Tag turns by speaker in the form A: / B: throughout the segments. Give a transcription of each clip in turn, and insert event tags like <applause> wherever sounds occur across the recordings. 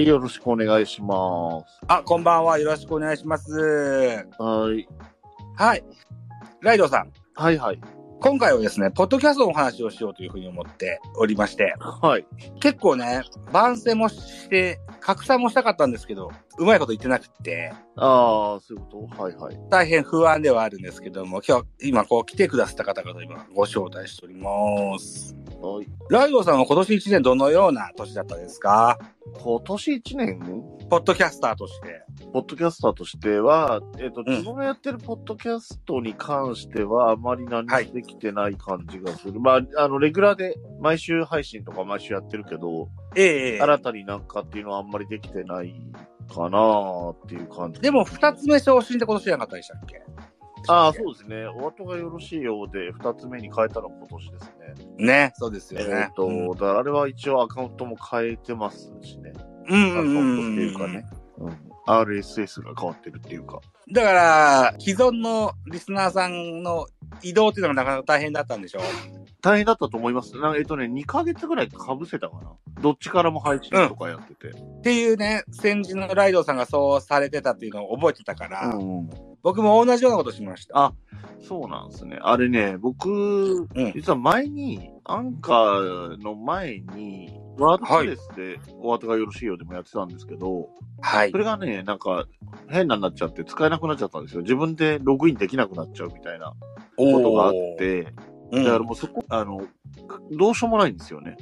A: よろしくお願いします。
B: あ、こんばんは。よろしくお願いします。
A: はい。
B: はい。ライドさん、
A: はいはい。
B: 今回はですね、ポッドキャストのお話をしようというふうに思っておりまして、
A: はい。
B: 結構ね、番宣もして、拡散もしたかったんですけど、うまいこと言ってなくて、
A: ああ、そういうことはいはい。
B: 大変不安ではあるんですけども、今日、今こう来てくださった方々を今ご招待しております。
A: はい、
B: ライドさんは今年1年どのような年だったですか
A: 今年1年、
B: ポッドキャスターとして。
A: ポッドキャスターとしては、えっ、と、
B: うん
A: 自分がやってるポッドキャストに関しては、あまり何
B: はい
A: もできてない感じがする。まあ、あの、レギュラーで毎週配信とか毎週やってるけど、
B: ええ
A: 新たになんかっていうのはあんまりできてないかなっていう感じ。
B: でも、二つ目昇進って今年じゃなかったでしたっけ
A: ああ、そうですね。お後がよろしいようで、二つ目に変えたの今年ですね。
B: ね、そうですよね。
A: えっ、と、
B: うん
A: だからあれは一応アカウントも変えてますしね。
B: うん
A: ア
B: う
A: カウ
B: ん
A: ン
B: う
A: トっ
B: ん
A: ていうかね。うん、RSS が変わってるっていうか。
B: だから、既存のリスナーさんの移動っていうのがなかなか大変だったんでしょ
A: 大変だったと思います。なんかえっとね、2ヶ月ぐらい被せたかな。どっちからも配信とかやってて。
B: っていうね、先人のライドさんがそうされてたっていうのを覚えてたから、
A: うん
B: 僕も同じようなことしました。
A: あそうなんですね。あれね、僕、
B: うん
A: 実は前に、アンカーの前に、ワードプレスで、お後がよろしいようでもやってたんですけど、
B: はい
A: そ。れがね、なんか、変なになっちゃって、使えなくなっちゃったんですよ。自分でログインできなくなっちゃうみたいなことがあって、
B: おー、
A: だからもうそこ、あの、どうしようもないんですよね。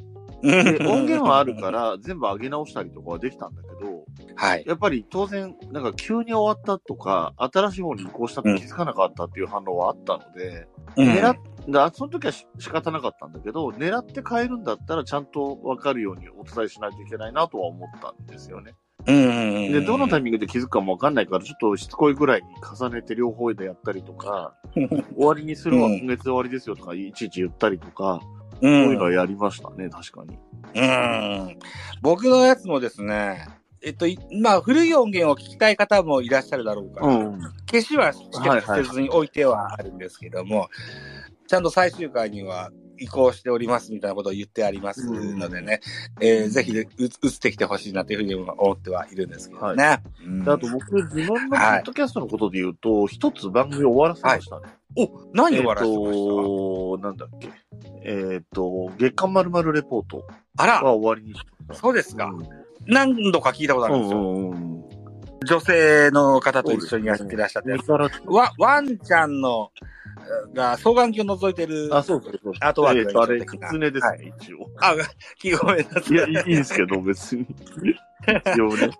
B: うん
A: で、音源はあるか。ら、全部上げ直したりとかはできたんだけど、
B: はい。
A: やっぱり当然、なんか急に終わったとか、新しい方に移行したって気づかなかったっていう反応はあったので、狙っだその時はし仕方なかったんだけど、狙って変えるんだったらちゃんとわかるようにお伝えしないといけないなとは思ったんですよね。
B: うんうんうんうん
A: で、どのタイミングで気づくかもわかんないから、ちょっとしつこいぐらいに重ねて両方でやったりと
B: <laughs>
A: か、終わりにするは
B: うん
A: 今月終わりですよとか、いちいち言ったりとか、
B: う
A: そうんいうのはやりましたね、確かに。
B: うん。僕のやつもですね、えっと、いまあ、古い音源を聞きたい方もいらっしゃるだろうから、
A: うん。
B: 消しはし
A: はいはい
B: せずに置いてはあるんですけども、ちゃんと最終回には移行しておりますみたいなことを言ってありますのでね、えーぜひう移ってきてほしいなというふうに思ってはいるんですけどね。うん
A: であと僕、自分のポッドキャストのことで言うと、一、つ番組終わらせましたね。
B: お、何
A: えっ、
B: 終わらせてました、
A: と、なんだっけ。えっ、と、月刊まるまるレポート
B: あら、
A: は終わりにしました。
B: そうですか。
A: うん
B: 何度か聞いたことあ
A: う
B: るんで
A: ん
B: す
A: う
B: よ。
A: んうん。
B: 女性の方と一緒にやってらっしゃって
A: 上。から
B: わ、ワンちゃんの、えーが双眼鏡を覗いてる。 <laughs>
A: あ、そうそうそう。
B: あとは
A: えっ、と、あれ、
B: 的な
A: 狐ですね、
B: は
A: 一応。
B: あ、ごめんなさい。
A: いや、いいいいんですけど、別
B: <laughs>
A: に。一応ね。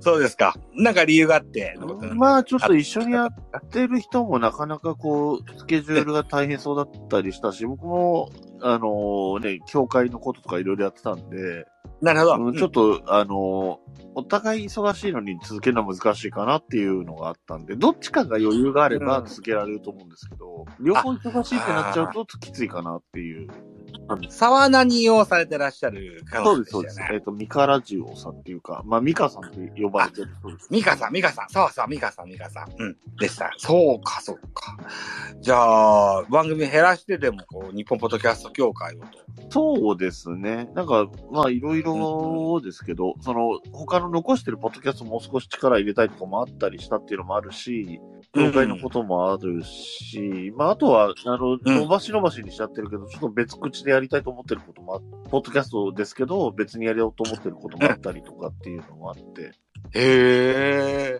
B: そうですか。なんか理由があって。
A: まあ、ちょっと一緒にやってる人もなかなかこう、スケジュールが大変そうだったりしたし、僕も、あのね、教会のこととかいろいろやってたんで、
B: なるほど。
A: うんちょっと、あのお互い忙しいのに続けるのは難しいかなっていうのがあったんで、どっちかが余裕があれば続けられると思うんですけど、両方忙しいってなっちゃうときついかなっていう。
B: 沢何をされてらっしゃる方
A: そう
B: で
A: ですす、そ
B: よ
A: うです。え
B: ね。
A: っ、と、ミカラジオさんっていうか、まあ、ミカさんって呼ばれてるそうです。
B: ミカさん、ミカさん、そうそう、ミカさん、ミカさん。うん。でした。そうか、そうか。じゃあ、番組減らしてでも、こう、日本ポッドキャスト協会をと。
A: そうですね。なんか、まあ、いろいろですけど、その、他の残してるポッドキャストもう少し力入れたいとかもあったりしたっていうのもあるし、業界のこともあるし、まあ、あとは、あの、伸ばし伸ばしにしちゃってるけど、ちょっと別口でやりたいと思ってることもあ、ポッドキャストですけど、別にやりようと思ってることもあったりとかっていうのもあって。
B: へえ。う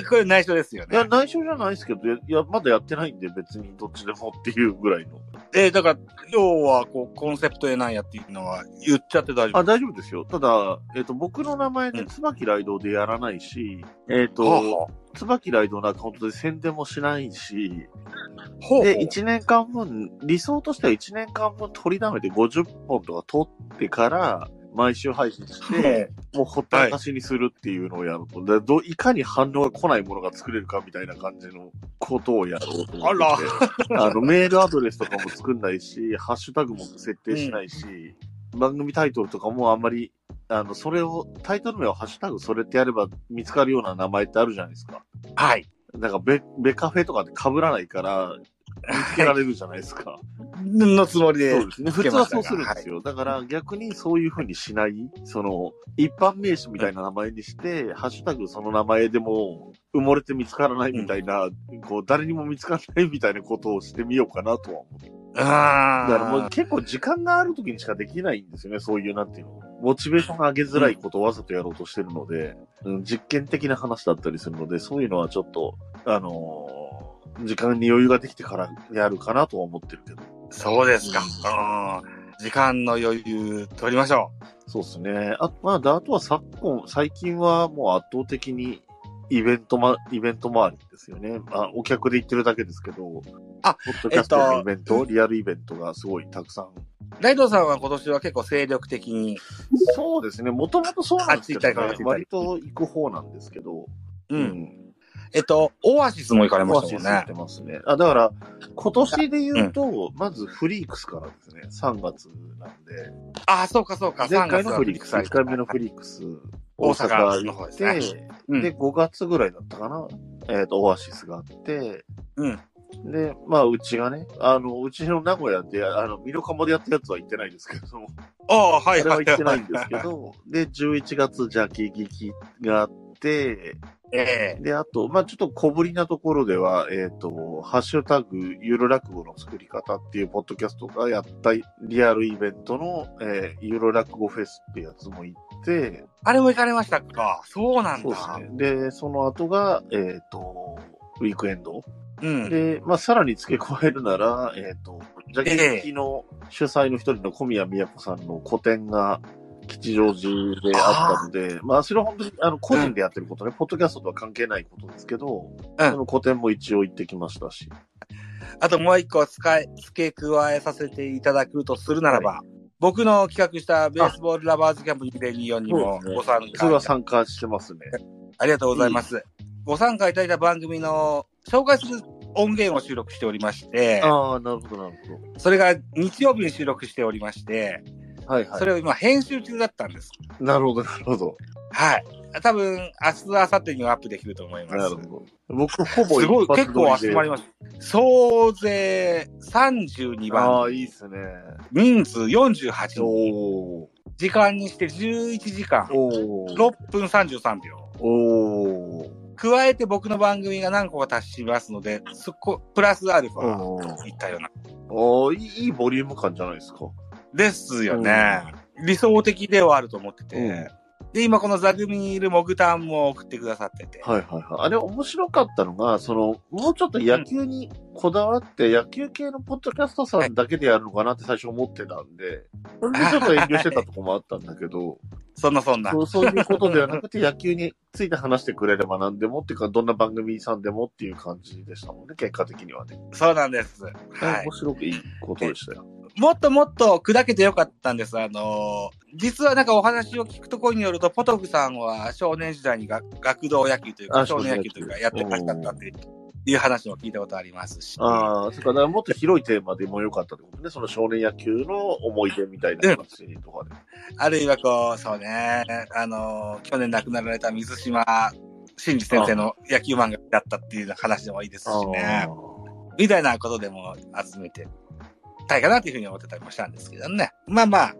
B: んこれ内緒ですよ
A: いや、
B: ね。
A: 内緒じゃないですけど、いや、まだやってないんで、別にどっちでもっていうぐらいの。
B: えー、だから、要は、こう、コンセプトでなんやっていうのは言っちゃって大丈夫。
A: あ、大丈夫ですよ。ただ、えっ、と、僕の名前で椿ライドでやらないし、えっ、
B: はあ
A: と、
B: は
A: 椿ライドのアカウントで宣伝もしないし、
B: あほうほう
A: で、1年間分、理想としては1年間分取りだめて50本とか取ってから、毎週配信して、もうほったらかしにするっていうのをやろうと。でどいかに反応が来ないものが作れるかみたいな感じのことをやろうと思ってて。あの、メールアドレスとかも作んないし、ハッシュタグも設定しないし、番組タイトルとかもあんまり、あの、それを、タイトル名をハッシュタグそれってやれば見つかるような名前ってあるじゃないですか。
B: はい。
A: なんかベ、ベカフェとかって被らないから、見つけられるじゃないですか。
B: のつもりで
A: そうですね。普
B: つけ
A: 通
B: ま
A: はそ
B: したが
A: うするんですよ。だから逆にそういうふうにしない、その、一般名詞みたいな名前にして、ハッシュタグその名前でも埋もれて見つからないみたいな、こう、誰にも見つからないみたいなことをしてみようかなとは思って。
B: あ
A: だ
B: あ。
A: からもう結構時間がある時にしかできないんですよね、そういうなんていうの。モチベーションが上げづらいことをわざとやろうとしてるので、うん、実験的な話だったりするので、そういうのはちょっと、あのー時間に余裕ができてからやるかなとは思ってるけど。
B: そうですか。うん。時間の余裕取りましょ
A: そうですね。あまあ、あとは昨今、最近はもう圧倒的にイベントま、イベント周りですよね。まあ、お客で行ってるだけですけど、
B: あ
A: ポッドキャストのイベント、
B: えっと
A: リアルイベントがすごいたくさん。
B: う。ライドさんは今年は結構精力的に。
A: そうですね。もともとそうなんですけ
B: あっち行ったりこ
A: ど、
B: っ
A: ね
B: ち行った、り
A: 割と行く方なんですけど、
B: う。
A: うんん。
B: えっと、オアシスも行かれま
A: オア
B: し
A: シ
B: たもん
A: ス行っ
B: ね
A: て。ますね。あ、だから、今年で言うと、まずフリークスからですね、3月なんで。
B: ああ、そうかそうか。
A: 前
B: 3
A: 回
B: 月
A: の
B: は
A: フリックス、1回目のフリックス、大
B: 大阪
A: 阪
B: の
A: 行
B: 方で
A: っ
B: す
A: て、
B: ねうん
A: で、5月ぐらいだったかな、えっ、と、オアシスがあって、
B: うん。
A: で、まあ、うちがね、あの、うちの名古屋で、あの、ミノカモでやったやつは行ってないですけども、
B: ああ、は
A: あ
B: い
A: れは
B: はい。
A: 行ってないんですけ。ど、で、11月、ジャキギキがあって、
B: <laughs> ええ
A: で、あと、まあ、ちょっと小ぶりなところでは、えっ、と、ハッシュタグ、ゆる落語の作り方っていうポッドキャストがやったリアルイベントの、えー、ゆる落語フェスってやつも行って、
B: あれも行かれましたか。そうなん
A: そう
B: だ。
A: ですね。で、その後が、えっ、と、ウィークエンド。
B: うん。
A: で、まあ、さらに付け加えるなら、えっ、と、ジャケッキの主催の一人の小宮宮子さんの個展が吉祥寺であったので、まあ、それは本当に、あの、個人でやってることね、ポッドキャストとは関係ないことですけど、
B: うん
A: その個展も一応行ってきましたし、
B: あともう一個使い、付け加えさせていただくとするならば、僕の企画したベースボールラバーズキャンプ2024にも
A: そうですね
B: ご参加いただき
A: それは参加してますね。
B: ありがとうございます。ご参加いただいた番組の紹介する音源を収録しておりまして、
A: ああ、なるほど、なるほ
B: それが日曜日に収録しておりまして、
A: ど。はいは
B: それを今編集中だったんです。
A: い。なるほど、なるほど。
B: はい。多分、明日、明後日にはアップできると思います。
A: なるほど。僕、ほぼ
B: すごい、結構集まり
A: ま
B: ます。総勢32
A: あ
B: 番、
A: あ、いいっすね。
B: 人数48人、
A: おー。
B: 時間にして11時間、
A: おー。
B: 6分33秒。
A: おー。
B: 加えて僕の番組が何個か達しますので、そこ、プラスアルファ、いったような
A: おーいいいいボリューム感じゃないですか。
B: ですよね。理想的ではあると思ってて。
A: うん
B: で、今この座組にいるモグタンも送ってくださってて。
A: はいはいはい。あれ面白かったのが、その、もうちょっと野球にこだわって、野球系のポッドキャストさんだけでやるのかなって最初思ってたんで、それでちょっと遠慮してたとこもあったんだけ
B: <laughs>
A: ど、
B: そんなそんな
A: そ。うそういうことではなくて、野球について話してくれれば何でもっていうか、どんな番組さんでもっていう感じでしたもんね、結果的にはね。
B: そうなんです。はい
A: 面。白くいいことでしたよ。
B: もっともっと砕けてよかったんです。あのー実はなんかお話を聞くところによると、ポトフさんは少年時代にが学童野球というか、
A: あ
B: 少年野球というか、やってましたったっていう話も聞いたことありますし。
A: ああ、そっか、だからもっと広いテーマでもよかったってことね、その少年野球の思い出みたいな話とかで。
B: あるいはこう、そうね、あの、去年亡くなられた水島真司先生の野球漫画だったっていう話でもいいですしね
A: あ、
B: みたいなことでも集めてたいかなというふうに思ってたりもしたんですけどね。まあまあ、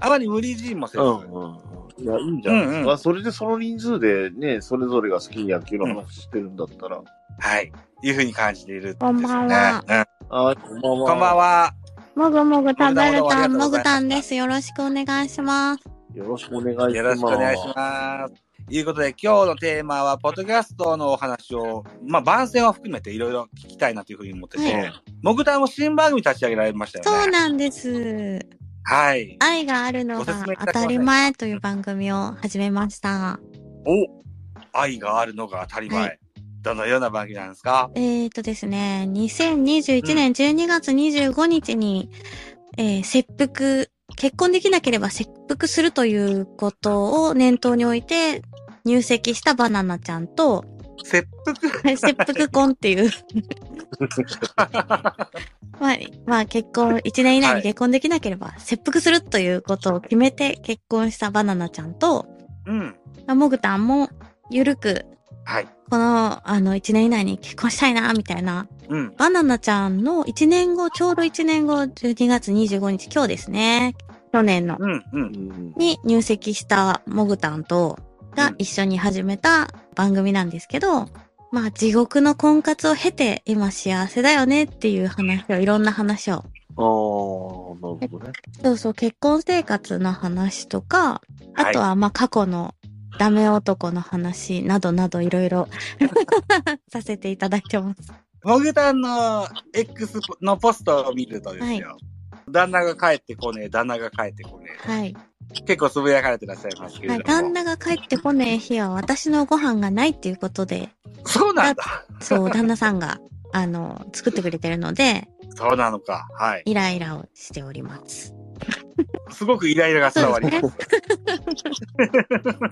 B: あまり無理強いもせず、
A: うん。いや、いいんじゃないですか。
B: うんうん
A: それでその人数でね、それぞれが好きな野球の話してるんだったら。
B: はい、いうふうに感じているんですよね。
C: こんば
B: う
C: んは
B: ん
A: あー、こんばんは。
B: こんばんは。
C: もぐもぐ食べるたん、
B: も
C: も
B: ぐ
C: ぐ
B: た
C: た
B: ん
C: ん
B: で
C: です。よろしくお願いします。
A: よろしくお願いします。
B: よろしくお願いします。ということで、今日のテーマは、ポッドキャストのお話を、まあ、番宣を含めていろいろ聞きたいなというふうに思ってて、
A: はい
B: もぐたんも新番組立ち上げられましたよね。
C: そうなんです。
B: はい。
C: 愛があるの
B: おすす
C: が
B: めいただけませんか
C: 当たり前という番組を始めました。
B: お愛があるのが当たり前。
C: はい
B: どのような番組なんですか
C: えっ、ー、とですね、2021年12月25日に、えー切腹、結婚できなければ切腹するということを念頭に置いて入籍したバナナちゃんと、
B: 切腹
C: 切腹婚っ
B: <laughs>
C: ていうまあ、まあ結婚、1年以内に結婚できなければ、切腹するということを決めて結婚したバナナちゃんと、
B: うん。
C: まあモグタンも、ゆるく
B: はい。
C: この、あの、1年以内に結婚したいな、みたいな。
B: うん。
C: バナナちゃんの1年後、ちょうど1年後、12月25日、今日ですね。去年の。
B: うん。うん。
A: うん
C: に入籍したモグタンと、
B: う
C: が
B: ん
C: 一緒に始めた番組なんですけど、まあ地獄の婚活を経て今幸せだよねっていう話を、いろんな話を。
A: ああ、なるほどね。
C: そうそう、結婚生活の話とか、あ
B: はい
C: とはまあ過去のダメ男の話などなどいろいろ <laughs> させていただいてます。
B: モグタンの X のポストを見るとですよ。旦那が帰ってこねえ、旦那が帰ってこね
C: はい。
B: え。結構つぶやかれてらっしゃいますけれ
C: はい、
B: ども。
C: 旦那が帰ってこねえ日は私のご飯がないっていうことで、
B: そうなんだ。 <laughs>
C: そう、旦那さんが、あの、作ってくれてるので、
B: そうなのか。はい。
C: イライラをしております。
B: すごくイライラが伝 <laughs> わります。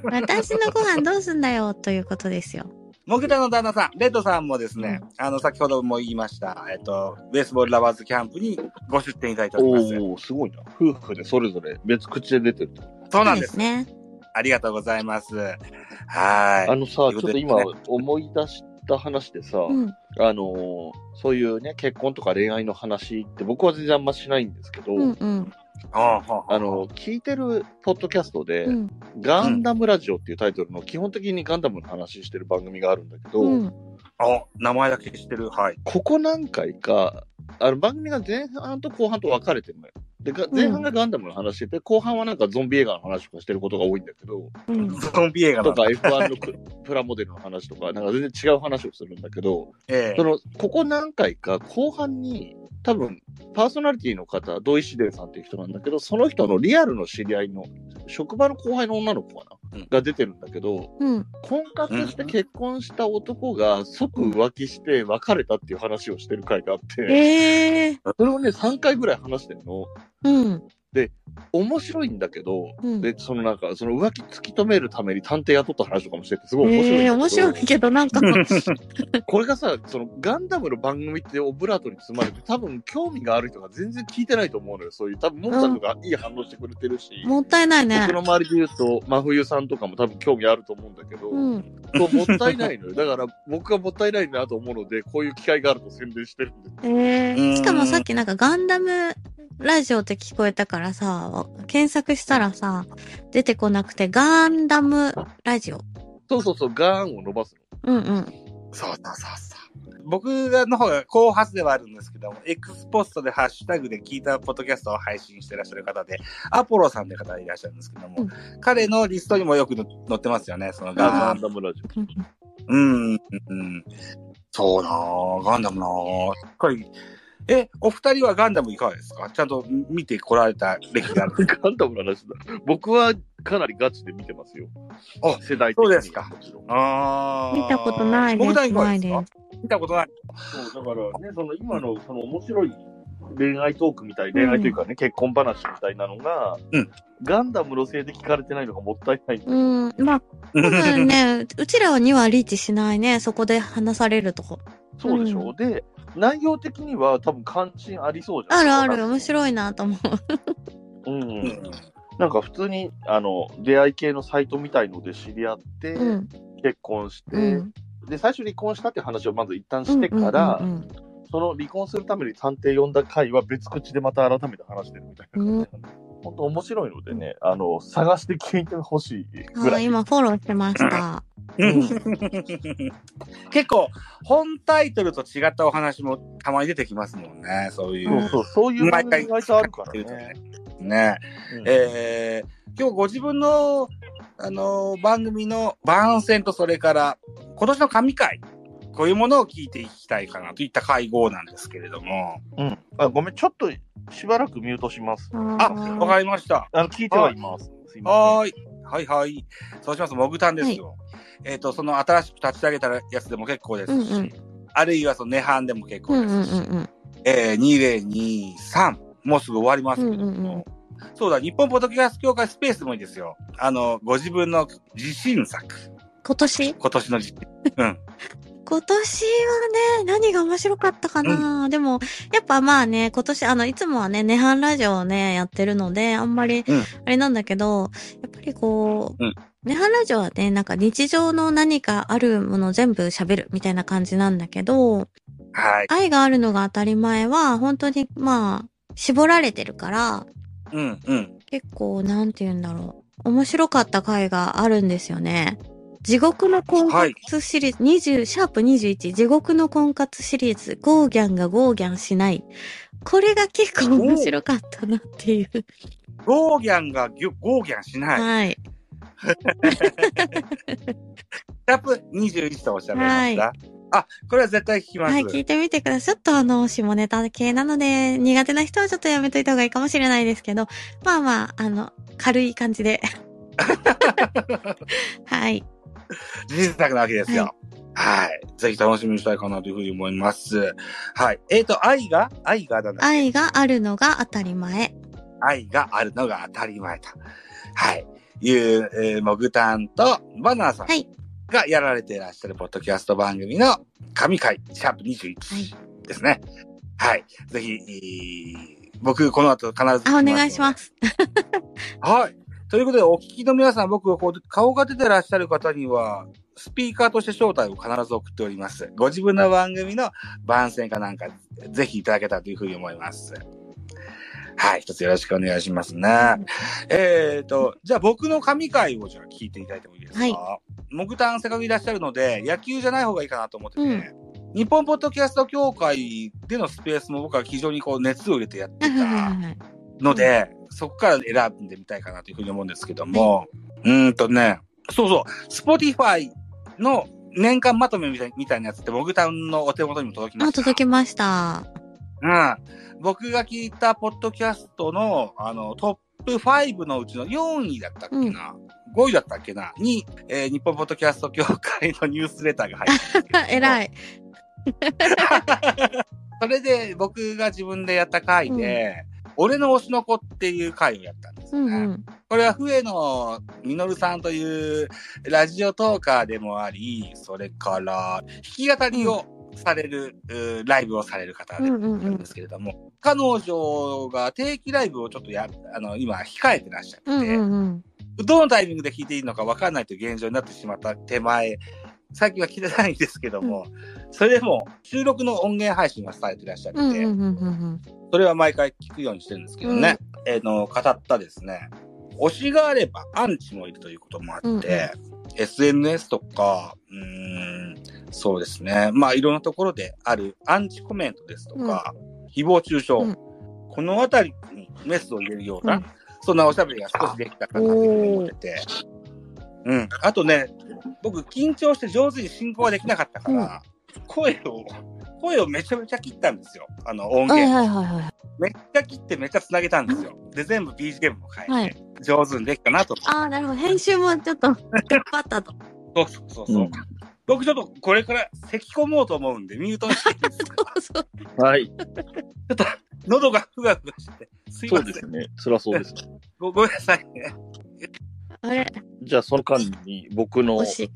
C: 私のご飯どうすんだよということですよ。
B: モグタの旦那さん、レッドさんもですね、あの、先ほども言いました、えっと、ベースボールラバーズキャンプにご出店いただいております。
A: おお、すごいな。夫婦でそれぞれ別口で出てると。
B: そうなんです。
C: ね。
B: ありがとうございます。は
A: あ
B: ーい。
A: のさ、ちょっと今
B: という
A: 思い出した話でさ、
C: うん。
A: あのーそういうね、結婚とか恋愛の話って僕は全然あんましないんですけど、
C: うんうん。
B: おうほうほう
A: あの、聞いてるポッドキャストで、
C: うん。
A: ガンダムラジオっていうタイトルの基本的にガンダムの話してる番組があるんだけど、
C: うん。
B: お、名前だけ知ってる。はい。
A: ここ何回か、あの番組が前半と後半と分かれてるのよ。で、が
C: ん
A: 前半がガンダムの話してて、後半はなんかゾンビ映画の話とかしてることが多いんだけど、
C: うん。
B: ゾンビ映画
A: と
B: の。
A: か F1 のくプラモデルの話とか、なんか全然違う話をするんだけど、
B: ええ
A: その、ここ何回か後半に、多分、パーソナリティの方、土井紫伝さんっていう人なんだけど、その人のリアルの知り合いの、職場の後輩の女の子かな、
B: うん
A: が出てるんだけど、
C: うん。
A: 婚活して結婚した男が即浮気して別れたっていう話をしてる回があって、
C: ええ
A: それをね、3回ぐらい話してるの。
C: うん。
A: 面白いんだけど、
C: うん
A: で、そのなんか、その浮気突き止めるために探偵雇った話とかもしてて、すごい面白いんだ
C: え
A: け
C: え
A: ど。
C: 面白いけど、
B: <laughs>
C: なんか、
A: これがさ、そのガンダムの番組ってオブラートに包まれて、多分興味がある人が全然聞いてないと思うのよ。そういう、多分モンさんとかいい反応してくれてるし、
C: もったいないね
A: 僕。の周りで言うと、真冬さんとかも多分興味あると思うんだけど、
C: うん。
A: そうもったいないのよ。だから僕がもったいないなと思うので、こういう機会があると宣伝してるんで。
C: ええ
B: うん
C: しかもさっきなんかガンダムラジオって聞こえたからさ、検索したらさ、出てこなくて、ガンダムラジオ。
A: そうそうそう、ガーンを伸ばす
C: うんうん。
B: そうそうそうそう。僕がの方が後発ではあるんですけども、X ポストでハッシュタグで聞いたポッドキャストを配信してらっしゃる方で、アポロさんって方がいらっしゃるんですけども、
C: うん
B: 彼のリストにもよくの載ってますよね、その
A: の。
B: ガ
A: ガ
B: ン
A: ンダムラジオ。
C: う
B: う
C: ん
B: ん、うん。そうなぁ、ガンダムなぁ。しっかり。え、お二人はガンダムいかがですかちゃんと見てこられた歴がある。
C: <laughs>
A: ガンダムの話だ。僕はかなりガチで見てますよ。
B: あ
A: 世代的に
B: そうですか
A: もちろん。
B: あ
C: 見たことないです
B: 僕何かがです
C: ない
B: か
C: で
B: 見たことない。
A: そう、だからね、その今のその面白い恋愛トークみたい、恋愛というかね、結婚話みたいなのが、
B: うん
A: ガンダム路線で聞かれてないのがもったいない。
C: うん。まあ、多分ね、うちらは2はリーチしないね。そこで話されるとこ。
A: そうでしょ、うで、内容的には多分関心ありそうじゃ
C: あるあ
A: ない
C: る、面白いなと思
A: う
C: う。
A: ん、
B: うん
A: なんか普通に、あの、出会い系のサイトみたいので知り合って、
C: うん。
A: 結婚して、
C: うん。
A: で、最初離婚したって話をまず一旦してから、
C: うん
A: その離婚するために探偵呼んだ回は別口でまた改めて話してるみたいな感じなんで、本当面白いのでね、あの、探して聞いてほしい
C: うん
A: ぐ
C: は
A: ら
C: い
A: い。
C: 今フォローしてました。
B: 結構、本タイトルと違ったお話もたまに出てきますもんね。そうい
A: そう
B: う。
A: そう、そういうの
B: 毎
A: 意
B: 回
A: 外とあるからね。
B: ね。
A: うん
B: えー今日ご自分の、あのー番組の番宣とそれから、今年の神回、こういうものを聞いていきたいかなといった会合なんですけれども。
A: うんあごめん、ちょっとしばらくミュートします。
B: あ、
C: ー
B: わかりました。
A: あの聞いてはいます。すいま
B: はーい。はいはい。そうします。モグタンですよ。えっ、と、その新しく立ち上げたやつでも結構ですし、
C: うんうん
B: あるいはそのネハンでも結
C: う
B: 構
C: ん
B: で
C: うん
B: すし、えー、2023、もうすぐ終わりますけれども、
C: うんうんうん
B: そうだ、日本ポッドキャスト協会スペースでもいいですよ。あの、ご自分の自信作。
C: 今年
B: 今年の時期。うん。
C: 今年はね、何が面白かったかな、でも、やっぱまあね、今年、あの、いつもはね、ネハンラジオをね、やってるので、あんまり
B: うん、
C: あれなんだけど、やっぱりこ
B: う
C: う、
B: ん
C: ネハラジオはね、なんか日常の何かあるもの全部喋るみたいな感じなんだけど、
B: はい。
C: 愛があるのが当たり前は、本当にまあ、絞られてるから、
B: うんうん。
C: 結構、なんて言うんだろう。面白かった回があるんですよね。地獄の婚活シリーズ、20、シャープ21、地獄の婚活シリーズ、ゴーギャンがゴーギャンしない。これが結構面白かったなっていう。
B: ゴーギャンがギュゴーギャンしない。
C: はい。
B: シャープ21とおっしゃられました。あ、これは絶対聞きます。
C: はい、聞いてみてください。ちょっとあの、下ネタ系なので、苦手な人はちょっとやめといた方がいいかもしれないですけど、まあまあ、あの、軽い感じ
B: <laughs>
C: で。はい。
B: 事実なわけですよ。はい、ぜひ楽しみにしたいかなというふうに思います。はい。えっ、と、愛が愛がだな。
C: 愛があるのが当たり前。
B: 愛があるのが当たり前と。はい。いう、えー、モグタンとバナナさん
C: はい
B: がやられていらっしゃるポッドキャスト番組の神回、シャープ21ですね。はい。ぜひ、えー僕、この後必ず聞き
C: あ、お
B: ので
C: 願いします。
B: はい。ということで、お聞きの皆さん、僕がこう、顔が出てらっしゃる方には、スピーカーとして招待を必ず送っております。ご自分の番組の番宣かなんか、ぜひいただけたらというふうに思います。はい。一つよろしくお願いしますね。えっ、と、じゃあ僕の神回をじゃあ聞いていただいてもいいですか
C: はい
B: 木炭せっかくいらっしゃるので、野球じゃない方がいいかなと思ってて、
C: うん
B: 日本ポッドキャスト協会でのスペースも僕は非常にこう熱を入れてやって
C: はいはいは
B: た
C: いはい
B: ので、そこから選んでみたいかなというふうに思うんですけども、うーんとね、そうそう、Spotify の年間まとめみたいみたいなやつって、僕タウンのお手元にも届きま
C: あ、
B: した。
C: 届き
B: <laughs>
C: ました。
B: うん。僕が聞いたポッドキャストの、あの、トップ5のうちの4位だったっけな、5位だったっけなに、えー日本ポッドキャスト協会のニュースレターが入って
C: <laughs> えら
B: い。
C: い。
B: それで僕が自分でやった回で、俺の推しの子っていう回をやったんです
C: う
B: よ
C: ん
B: ね。
C: うん。
B: これは笛野実さんというラジオトーカーでもあり、それから弾き語りをされる、うーライブをされる方
C: うん
B: で
C: うんう
B: なん
C: ん
B: ですけれども、彼女が定期ライブをちょっとや、あの、今控えてらっしゃって、
C: うんうんうん。
B: どのタイミングで聞いていいのか分かんないという現状になってしまった手前、最近は聞いてないんですけども、それでも収録の音源配信がされていらっしゃって、
C: うんうんうんうん
B: それは毎回聞くようにしてるんですけどね、えーの語ったですね、推しがあればアンチもいるということもあって、
C: うんうん
B: SNS とか、うーん、そうですね、まあいろんなところであるアンチコメントですとか、誹謗中傷、
C: うん
B: このあたりにメスを入れるような、
C: うん
B: そんなおしゃべりが少しできたかなというふうに思ってて、うん、あとね、僕緊張して上手に進行ができなかったから、声を、声をめちゃめちゃ切ったんですよ。あの音
C: うん。はい
B: 源。
C: はいはいはい。
B: めっちゃ切ってめっちゃ繋げたんですよ。で、全部 BGM も変えて、
C: はい
B: 上手にできたなと。
C: ああ、なるほど。編集もちょっと、頑張ったと。
B: そうそうそうそう。
A: うん
B: 僕ちょっとこれから咳込もうと思うんで、ミュートにしていいですか <laughs>
C: そうそう。
A: はい。
B: 喉がふがふがして。すいま
A: そう
B: せ。
A: んですね。辛そう <laughs> ですね。
B: ごごめんなさいね。
C: あれ、
A: じゃあ、その間に僕の
C: 惜、しい。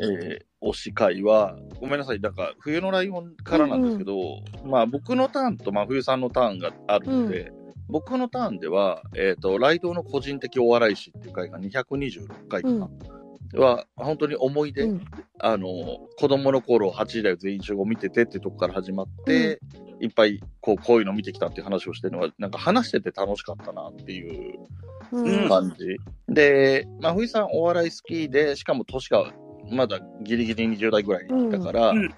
A: えー推し会は、ごめんなさい。なんか、冬のライオンからなんですけど、まあ、僕のターンと真冬さんのターンがあるので、僕のターンでは、えっ、と、ライドウの個人的お笑い誌っていう回が226回かな。は、本当に思い出
C: うん。
A: あの、子供の頃、8時代全員集合見ててってとこから始まって、いっぱい、こう、こういうの見てきたっていう話をしてるのは、なんか話してて楽しかったなっていう
C: うん
B: うん
A: 感じ。で、まあ、ふいさんお笑い好きで、しかも年がまだギリギリ20代ぐらいだから、
B: うんうん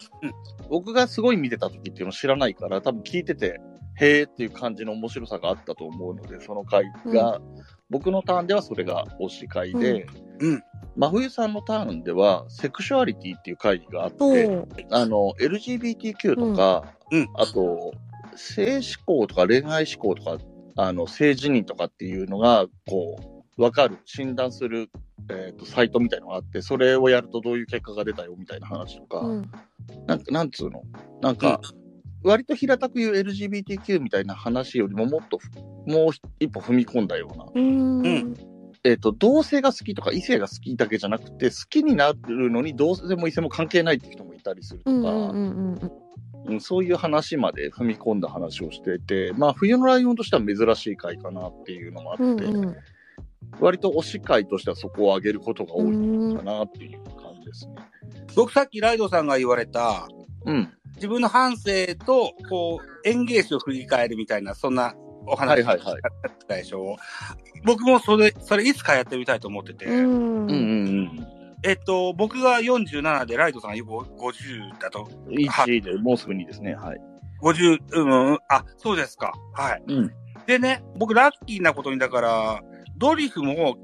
A: 僕がすごい見てた時っていうの知らないから、多分聞いてて、へーっていう感じの面白さがあったと思うので、その回が、僕のターンではそれが推し回で、
B: うんうん
A: 真冬さんのターンでは、セクシュアリティっていう回があって、
C: そう。
A: あの、LGBTQ とか、
B: うんうん
A: あと、性思考とか恋愛思考とか、あの、性自認とかっていうのが、こう、わかる、診断する、えっ、と、サイトみたいのがあって、それをやるとどういう結果が出たよみたいな話とか、
C: うん。
A: なんか、なんつうのなんか、割と平たく言う LGBTQ みたいな話よりももっと、もう一歩踏み込んだような、
C: うん。
B: うん
A: えっ、と、同性が好きとか異性が好きだけじゃなくて、好きになるのに同性も異性も関係ないって人もいたりすると
C: う
A: か、
C: んうんうんうん。
A: うん、そういう話まで踏み込んだ話をしていて、まあ、冬のライオンとしては珍しい回かなっていうのもあって、
C: うんうん
A: 割と推し会としてはそこを上げることが多
C: う
A: い
C: ん
A: かなっていう感じですね。
B: 僕さっきライドさんが言われた、
A: うん。
B: 自分の反省と、こう、演芸史を振り返るみたいな、そんなお話
A: はいはいはい
B: だったでしょう、僕もそれ、それいつかやってみたいと思ってて、
C: うん。
A: うんうん
B: えっと、僕が47で、ライドさんが50だと、
A: うん。1位で、もうすぐ2ですね。はい。
B: 50、うん、うんあ、そうですか。はい。
A: うん。
B: でね、僕ラッキーなことに、だから、ドリフも、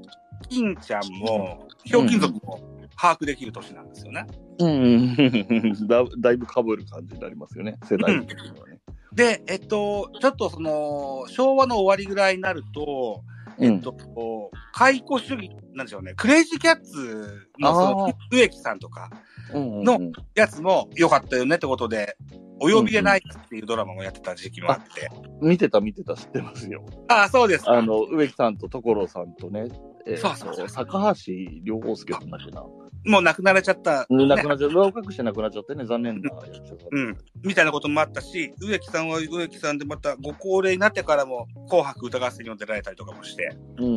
B: 金ちゃんも、ひょうきん族も、把握できる年なんですよね。
A: うん。だだいぶ被る感じになりますよね。世代的にはね。
B: で、えっと、ちょっとその、昭和の終わりぐらいになると、
A: うん。
B: と、こう解雇主義なんでしょうね。クレイジーキャッツのそ
A: あ
B: の
A: ー、
B: 植木さんとか、
A: うんうん
B: の
A: うん
B: やつも良かったよねってことで、お呼びでないっていうドラマもやってた時期もあって。
A: 見てた見てた知ってますよ。
B: ああ、そうですか。
A: あの、植木さんと所さんとね、えー
B: そうそうそう
A: 高橋良介さんだっけな。
B: もう亡くなられちゃった、
A: ね、亡
B: ね
A: く、なっちゃう、老化して亡くなっちゃってね、残念な役者さん。
B: うん。みたいなこともあったし、植木さんは植木さんでまたご高齢になってからも、紅白歌合戦にも出られたりとかもして、
A: うんう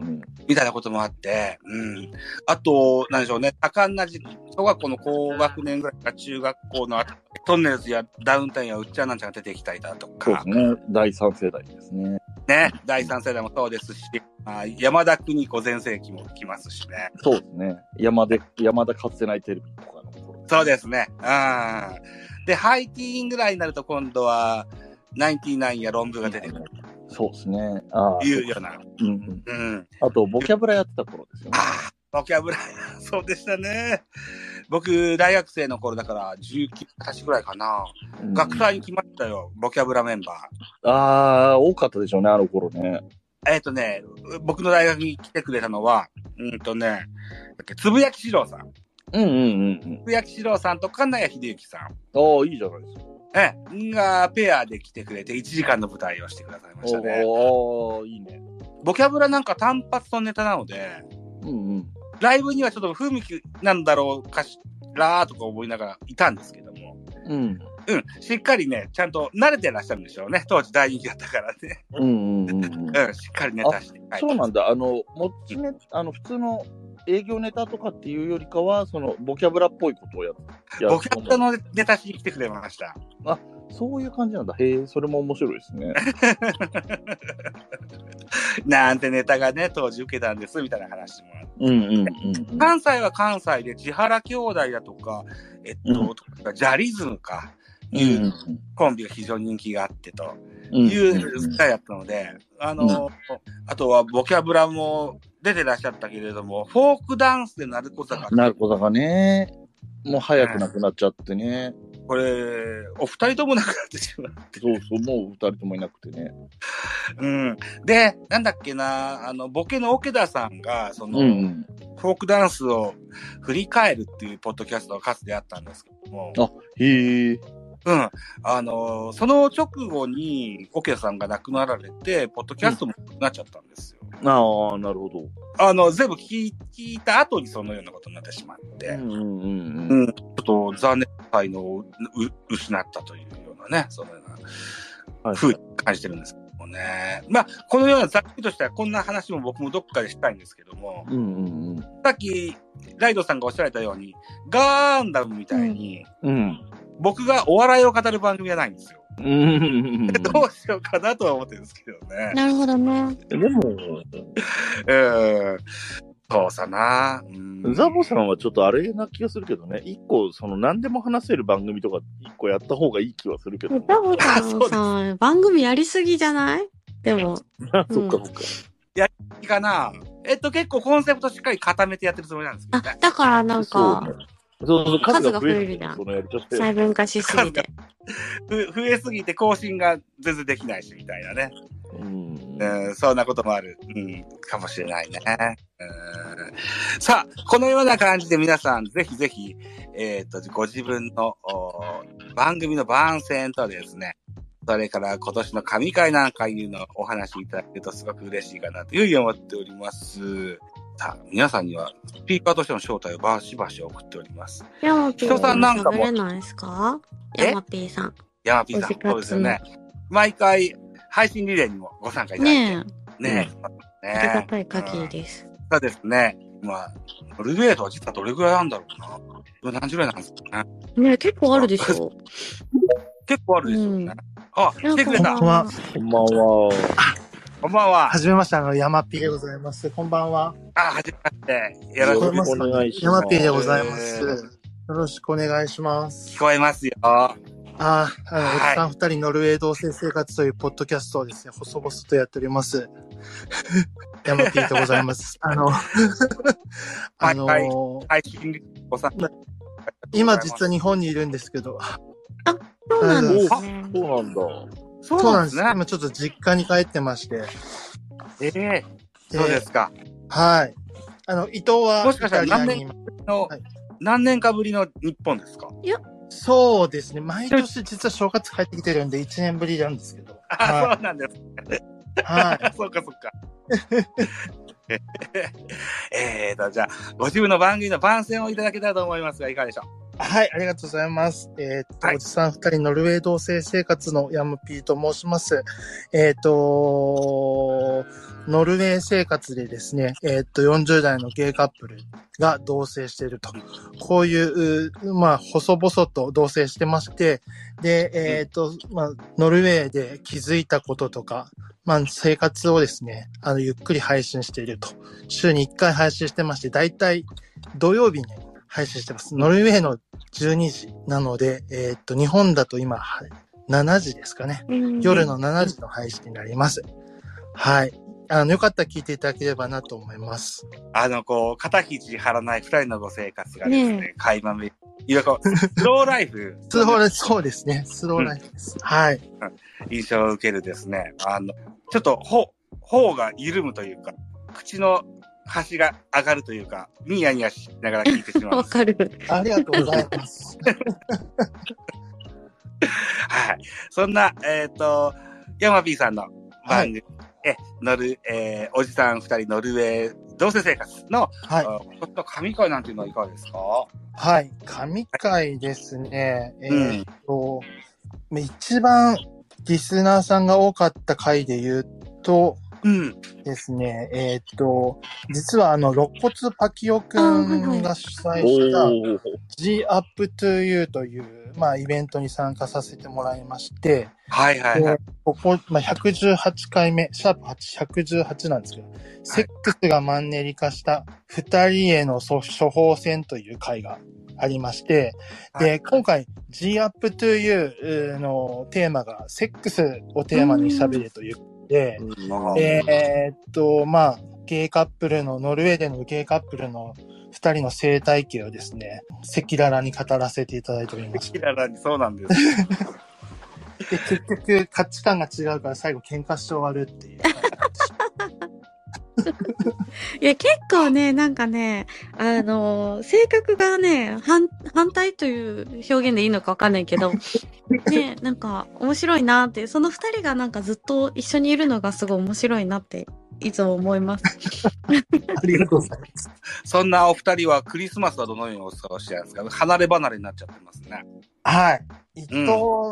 A: ん
B: みたいなこともあって、うん。あと、なんでしょうね、多感な時期、小学校の高学年ぐらいから中学校の後、トンネルズやダウンタウンやうっちゃんなんちゃんが出てきたりだと
A: そう
B: か、
A: ですね。第三世代ですね。
B: ね、第三世代もそうですし、まあ、山田邦子全盛期も来ますしね。
A: そうですね。山で、山田かつてないテレビとかの頃。
B: そうですね。うん。で、ハイティーンぐらいになると今度は、ナインティナインや論文が出てくる
A: そうですね。ああ
B: と。いうような。
A: うんうん。
B: うん。
A: あと、ボキャブラやってた頃ですよね。
B: ああ、ボキャブラ、 <laughs> そうでしたね。僕、大学生の頃だから、19、歳ぐらいかな。
A: うん
B: 学祭に来ましたよ、ボキャブラメンバ
A: ああ、多かったでしょうね、あの頃ね。
B: ー。えっ、とね、僕の大学に来てくれたのは、うんとね、だっけつぶやきしろうさん。
A: うんうんうん
B: つぶやきしろうさんと金谷秀幸さん。
A: うん。ああ、いいじゃないですか。
B: ええ、がペアで来てくれて1時間の舞台をしてくださいましたね。
A: おおいいね。
B: ボキャブラなんか単発のネタなので、
A: うんうん。
B: ライブにはちょっと不向きなんだろうかしらーとか思いながらいたんですけども、
A: うん。
B: うん、しっかりね、ちゃんと慣れてらっしゃるんでしょうね。当時大人気だったからね。
A: うんうんうんうん。
B: うん、しっかりネタして。はい
A: そうなんだ。あの、もっちね、あの、普通の営業ネタとかっていうよりかは、その、ボキャブラっぽいことをやっやる
B: <laughs> ボキャブラのネタしに来てくれました。 <laughs>
A: そういう感じなんだ。へえ、それも面白いですね。
B: なんてネタがね、当時受けたんです、みたいな話もあって
A: うん
B: <laughs>
A: うんうん。
B: 関西は関西で、千原兄弟だとか、えっと、
A: うん
B: とかジャリズムか、
A: う
B: いうんコンビが非常に人気があってと
A: うん
B: いうスタイルだったので、あの、あとはボキャブラも出てらっしゃったけれども、フォークダンスで鳴子坂、
A: なるほどがね。もう早くなくなっちゃってね。
B: これ、お二人ともなくなってしま
A: <laughs>
B: う。
A: そうそう、もう二人ともいなくてね。
B: うん。で、なんだっけな、あの、ボケの桶田さんが、その、
A: うん。
B: フォークダンスを振り返るっていうポッドキャストがかつてあったんですけども、
A: あ、へえ。
B: うん。あの、その直後に、桶田さんが亡くなられて、ポッドキャストもなくなっちゃったんですよ。
A: ああ、なるほど。
B: あの、全部聞い聞いた後にそのようなことになってしまって、
A: うんうんうん
B: う
A: うん。
B: んちょっと残念才能をう失ったというようなね、そのよう
A: は
B: ないふうに感じてるんですけどもね。まあ、このようなざっくりとしたこんな話も僕もどっかでしたいんですけども、
A: うんうんうん。
B: さっき、ライドさんがおっしゃられたように、ガーンダムみたいに、
A: うん。
B: 僕がお笑いを語る番組がないんですよ。
A: うんうんうんうん。
B: <laughs> どうしようかなとは思ってるんですけどね。
C: なるほどね。
A: でも、
B: うん。そうさな。うん
A: ザボさんはちょっとあれな気がするけどね、一個、その何でも話せる番組とか、一個やった方がいい気はするけど、ね、
C: ダボさ
B: あそ
C: ん
B: うです
C: さ、番組やりすぎじゃないでも、
A: あ <laughs> そっかそっか。
B: いいかな。えっと、結構コンセプトしっかり固めてやってるつもりなんですけ
C: あ
B: どね、。
C: だからなん
A: そう
C: か、
A: ねそうそう、数
C: 数
A: が
C: が
A: 増え
C: 増え
A: る
C: る
A: じ
C: じ
A: ゃ
C: ゃ
A: ん。
C: ん
A: そのやり方って
C: 細分化しすぎて。
B: ふ増えすぎて更新が全然できないし、みたいなね。
A: うん
B: うん、そんなこともある。うん、かもしれないね。うんさあ、このような感じで皆さん、ぜひぜひ、えっ、と、ご自分のお番組の番宣とですね、それから今年の神会なんかいうのをお話しいただけるとすごく嬉しいかなというふうに思っております。さあ、皆さんにはスピーカーとしての招待をバシバシ送っております。
C: ヤマピー
B: 人さんなんかも
C: 喋れないですか
B: え
C: ヤマピーさん。
B: 山 P さん
C: お時、間
B: そうですよね。毎回、配信リレーにもご参加いただいて。
C: ねえ。
B: ねえ。
C: ありが
B: ね
C: たい限りです。
B: え。そうですね。まあ、ノルウェーとは実はどれぐらいなんだろうな。これ何種類なんですかね。
C: ね結構あるでしょ。
B: 結構あるでしょう
C: うん
B: ね。あ、来てくれ
D: こんば
B: た。
D: んは。
A: こんばんは。
B: こんばんは
D: は。じめまして、あの、山ピーでございます。こんばんは。
B: あ、はじめまして。よろしく
D: 聞こえます
A: お願いします
D: 山ピーでございます。
B: えー
D: よろしくお願いします
B: 聞。こえますよ。
D: ああ、あのお
B: はい
D: じさん二人ノルウェー同棲生活というポッドキャストをですね、細々とやっており
B: <laughs>
D: ます。山ピーでございます。あの、あの、
B: はい最近、おさん。
D: 今実は日本にいるんですけど、
C: そうなんですね。
A: そうなんだ。
B: そう
D: そ
B: な
D: うなん
B: で
D: んですす。
B: ね。
D: 今ちょっと実家に帰ってまして。
B: ええそうですか。
D: はい。あの、伊藤は、
B: もしかしたら
D: イタリアに今
B: の
D: はい
B: 何年かぶりの日本ですか
D: そうですね。毎年実は正月帰ってきてるんで、1年ぶりなんですけど。
B: あ、
D: は
B: そうなんです。 <laughs>
D: い。はい。
B: そうか、そうか。 <laughs> えーと、じゃあ、ご自分の番組の番宣をいただけたらと思いますが、いかがでしょ
D: はい、ありがとうございます。えーっと、
B: はい
D: おじさん二人ノルウェー同棲生活のヤムピーと申します。えーっと、ノルウェー生活でですね、えーっと、40代のゲイカップルが同棲していると。こういう、うまあ、細々と同棲してまして、で、えーっと、まあ、ノルウェーで気づいたこととか、まあ、生活をですね、あの、ゆっくり配信していると。週に1回配信してまして、だいたい土曜日に配信してます。ノルウェーの12時なので、えーっと、日本だと今、はい7時ですかね。
C: うん
D: 夜の7時の配信になります。はい。あの、よかったら聞いていただければなと思います。
B: うあの、こう、肩肘張らない二人のご生活がです
C: ね
B: ね、垣間見えいわゆるこう、
D: <laughs>
B: スローライフ、
D: スローライフ、そうですね。スローライフです。はい。
B: 印象を受けるですね。あの、ちょっと、ほ、頬が緩むというか、口の端が上がるというか、ニヤニヤしながら聞いてしまう
C: わ。
D: <laughs>
C: かる。
D: ありがとうござい
C: <laughs>
D: ます。
B: はい。そんな、えっ、と、ヤマピーさんの番組、え、乗る、えーおじさん二人ノルウェー同棲生活の、
D: は
B: あ
D: い。
B: ちょっと神会なんていうのはいかがですか
D: はい。神回ですね。え
B: う
D: ー
B: ん
D: えっと、一番リスナーさんが多かった回で言うと
B: うん。
D: ですね、えーっと、実はあの、肋骨パキオくんが主催した、
A: おお。
D: G Up to You という、まあ、イベントに参加させてもらいまして、
B: はいはいはい
D: で。ここ、まあ、118回目、シャープ8、118なんですけど、セックスがマンネリ化した二人への処処方箋という回がありまして、
B: は
D: で、今回 G Up to You のテーマが、セックスをテーマに喋れということで、でえーっと、まあ、ゲイカップルの、ノルウェーでのゲイカップルの二人の生態系をですね、赤裸々に語らせていただいております。
B: キララにそうなんです。
D: で、結局、価値観が違うから最後喧嘩して終わるっていう。
C: いや、結構ね、なんかね、あのー性格がね、反、反対という表現でいいのかわかんないけど、ね、なんか面白いなって、その二人がなんかずっと一緒にいるのがすごい面白いなって、いつも思います。
D: ありがとうございます。
B: そんなお二人はクリスマスはどのようにお過ごしなんですか離れ離れになっちゃってますね。
D: はい。伊藤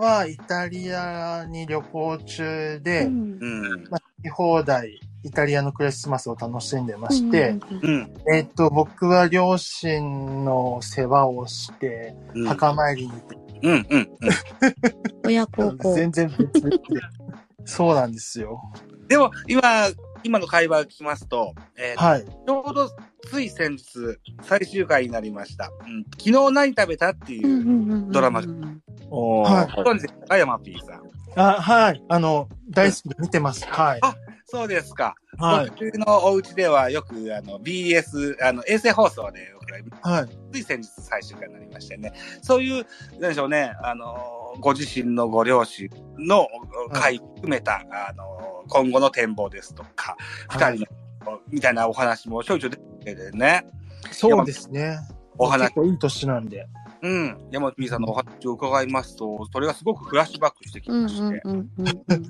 D: はイタリアに旅行中で、
C: うん
B: うん。
D: 行き放題、イタリアのクリスマスを楽しんでまして、、
B: うん。
D: えーっと、僕は両親の世話をして、
B: うん。
D: 墓参りに行って
B: うん。うん。
C: 親孝行。
D: 全然別 <laughs> 々で。そうなんですよ。
B: でも、今、今の会話を聞きますと、えー
D: はい。
B: ちょうどつい先日、最終回になりました。うん、昨日何食べたっていう、ドラマ
A: お
D: はい
B: ご存知ですか、山 P さん。
D: あ、はい。あの、大好きで見てます。はい。
B: あそうですか。
D: はい。
B: 僕のお家ではよく、あの、BS、あの、衛星放送で、僕ら
D: はい。
B: つい先日最終回になりましてね、そういう、なんでしょうね、あの、ご自身のご両親の会含めた、あの、今後の展望ですとか、
D: は
B: 二
D: い
B: 人の、みたいなお話もちょいちょい出てきてね、
D: そうですね。
B: お話
D: 結、構いい年なんで。
B: うん、山木さんのお話を伺いますと、それがすごくフラッシュバックしてき
C: うんう
B: ま
C: ん
B: して、
C: うんうんうん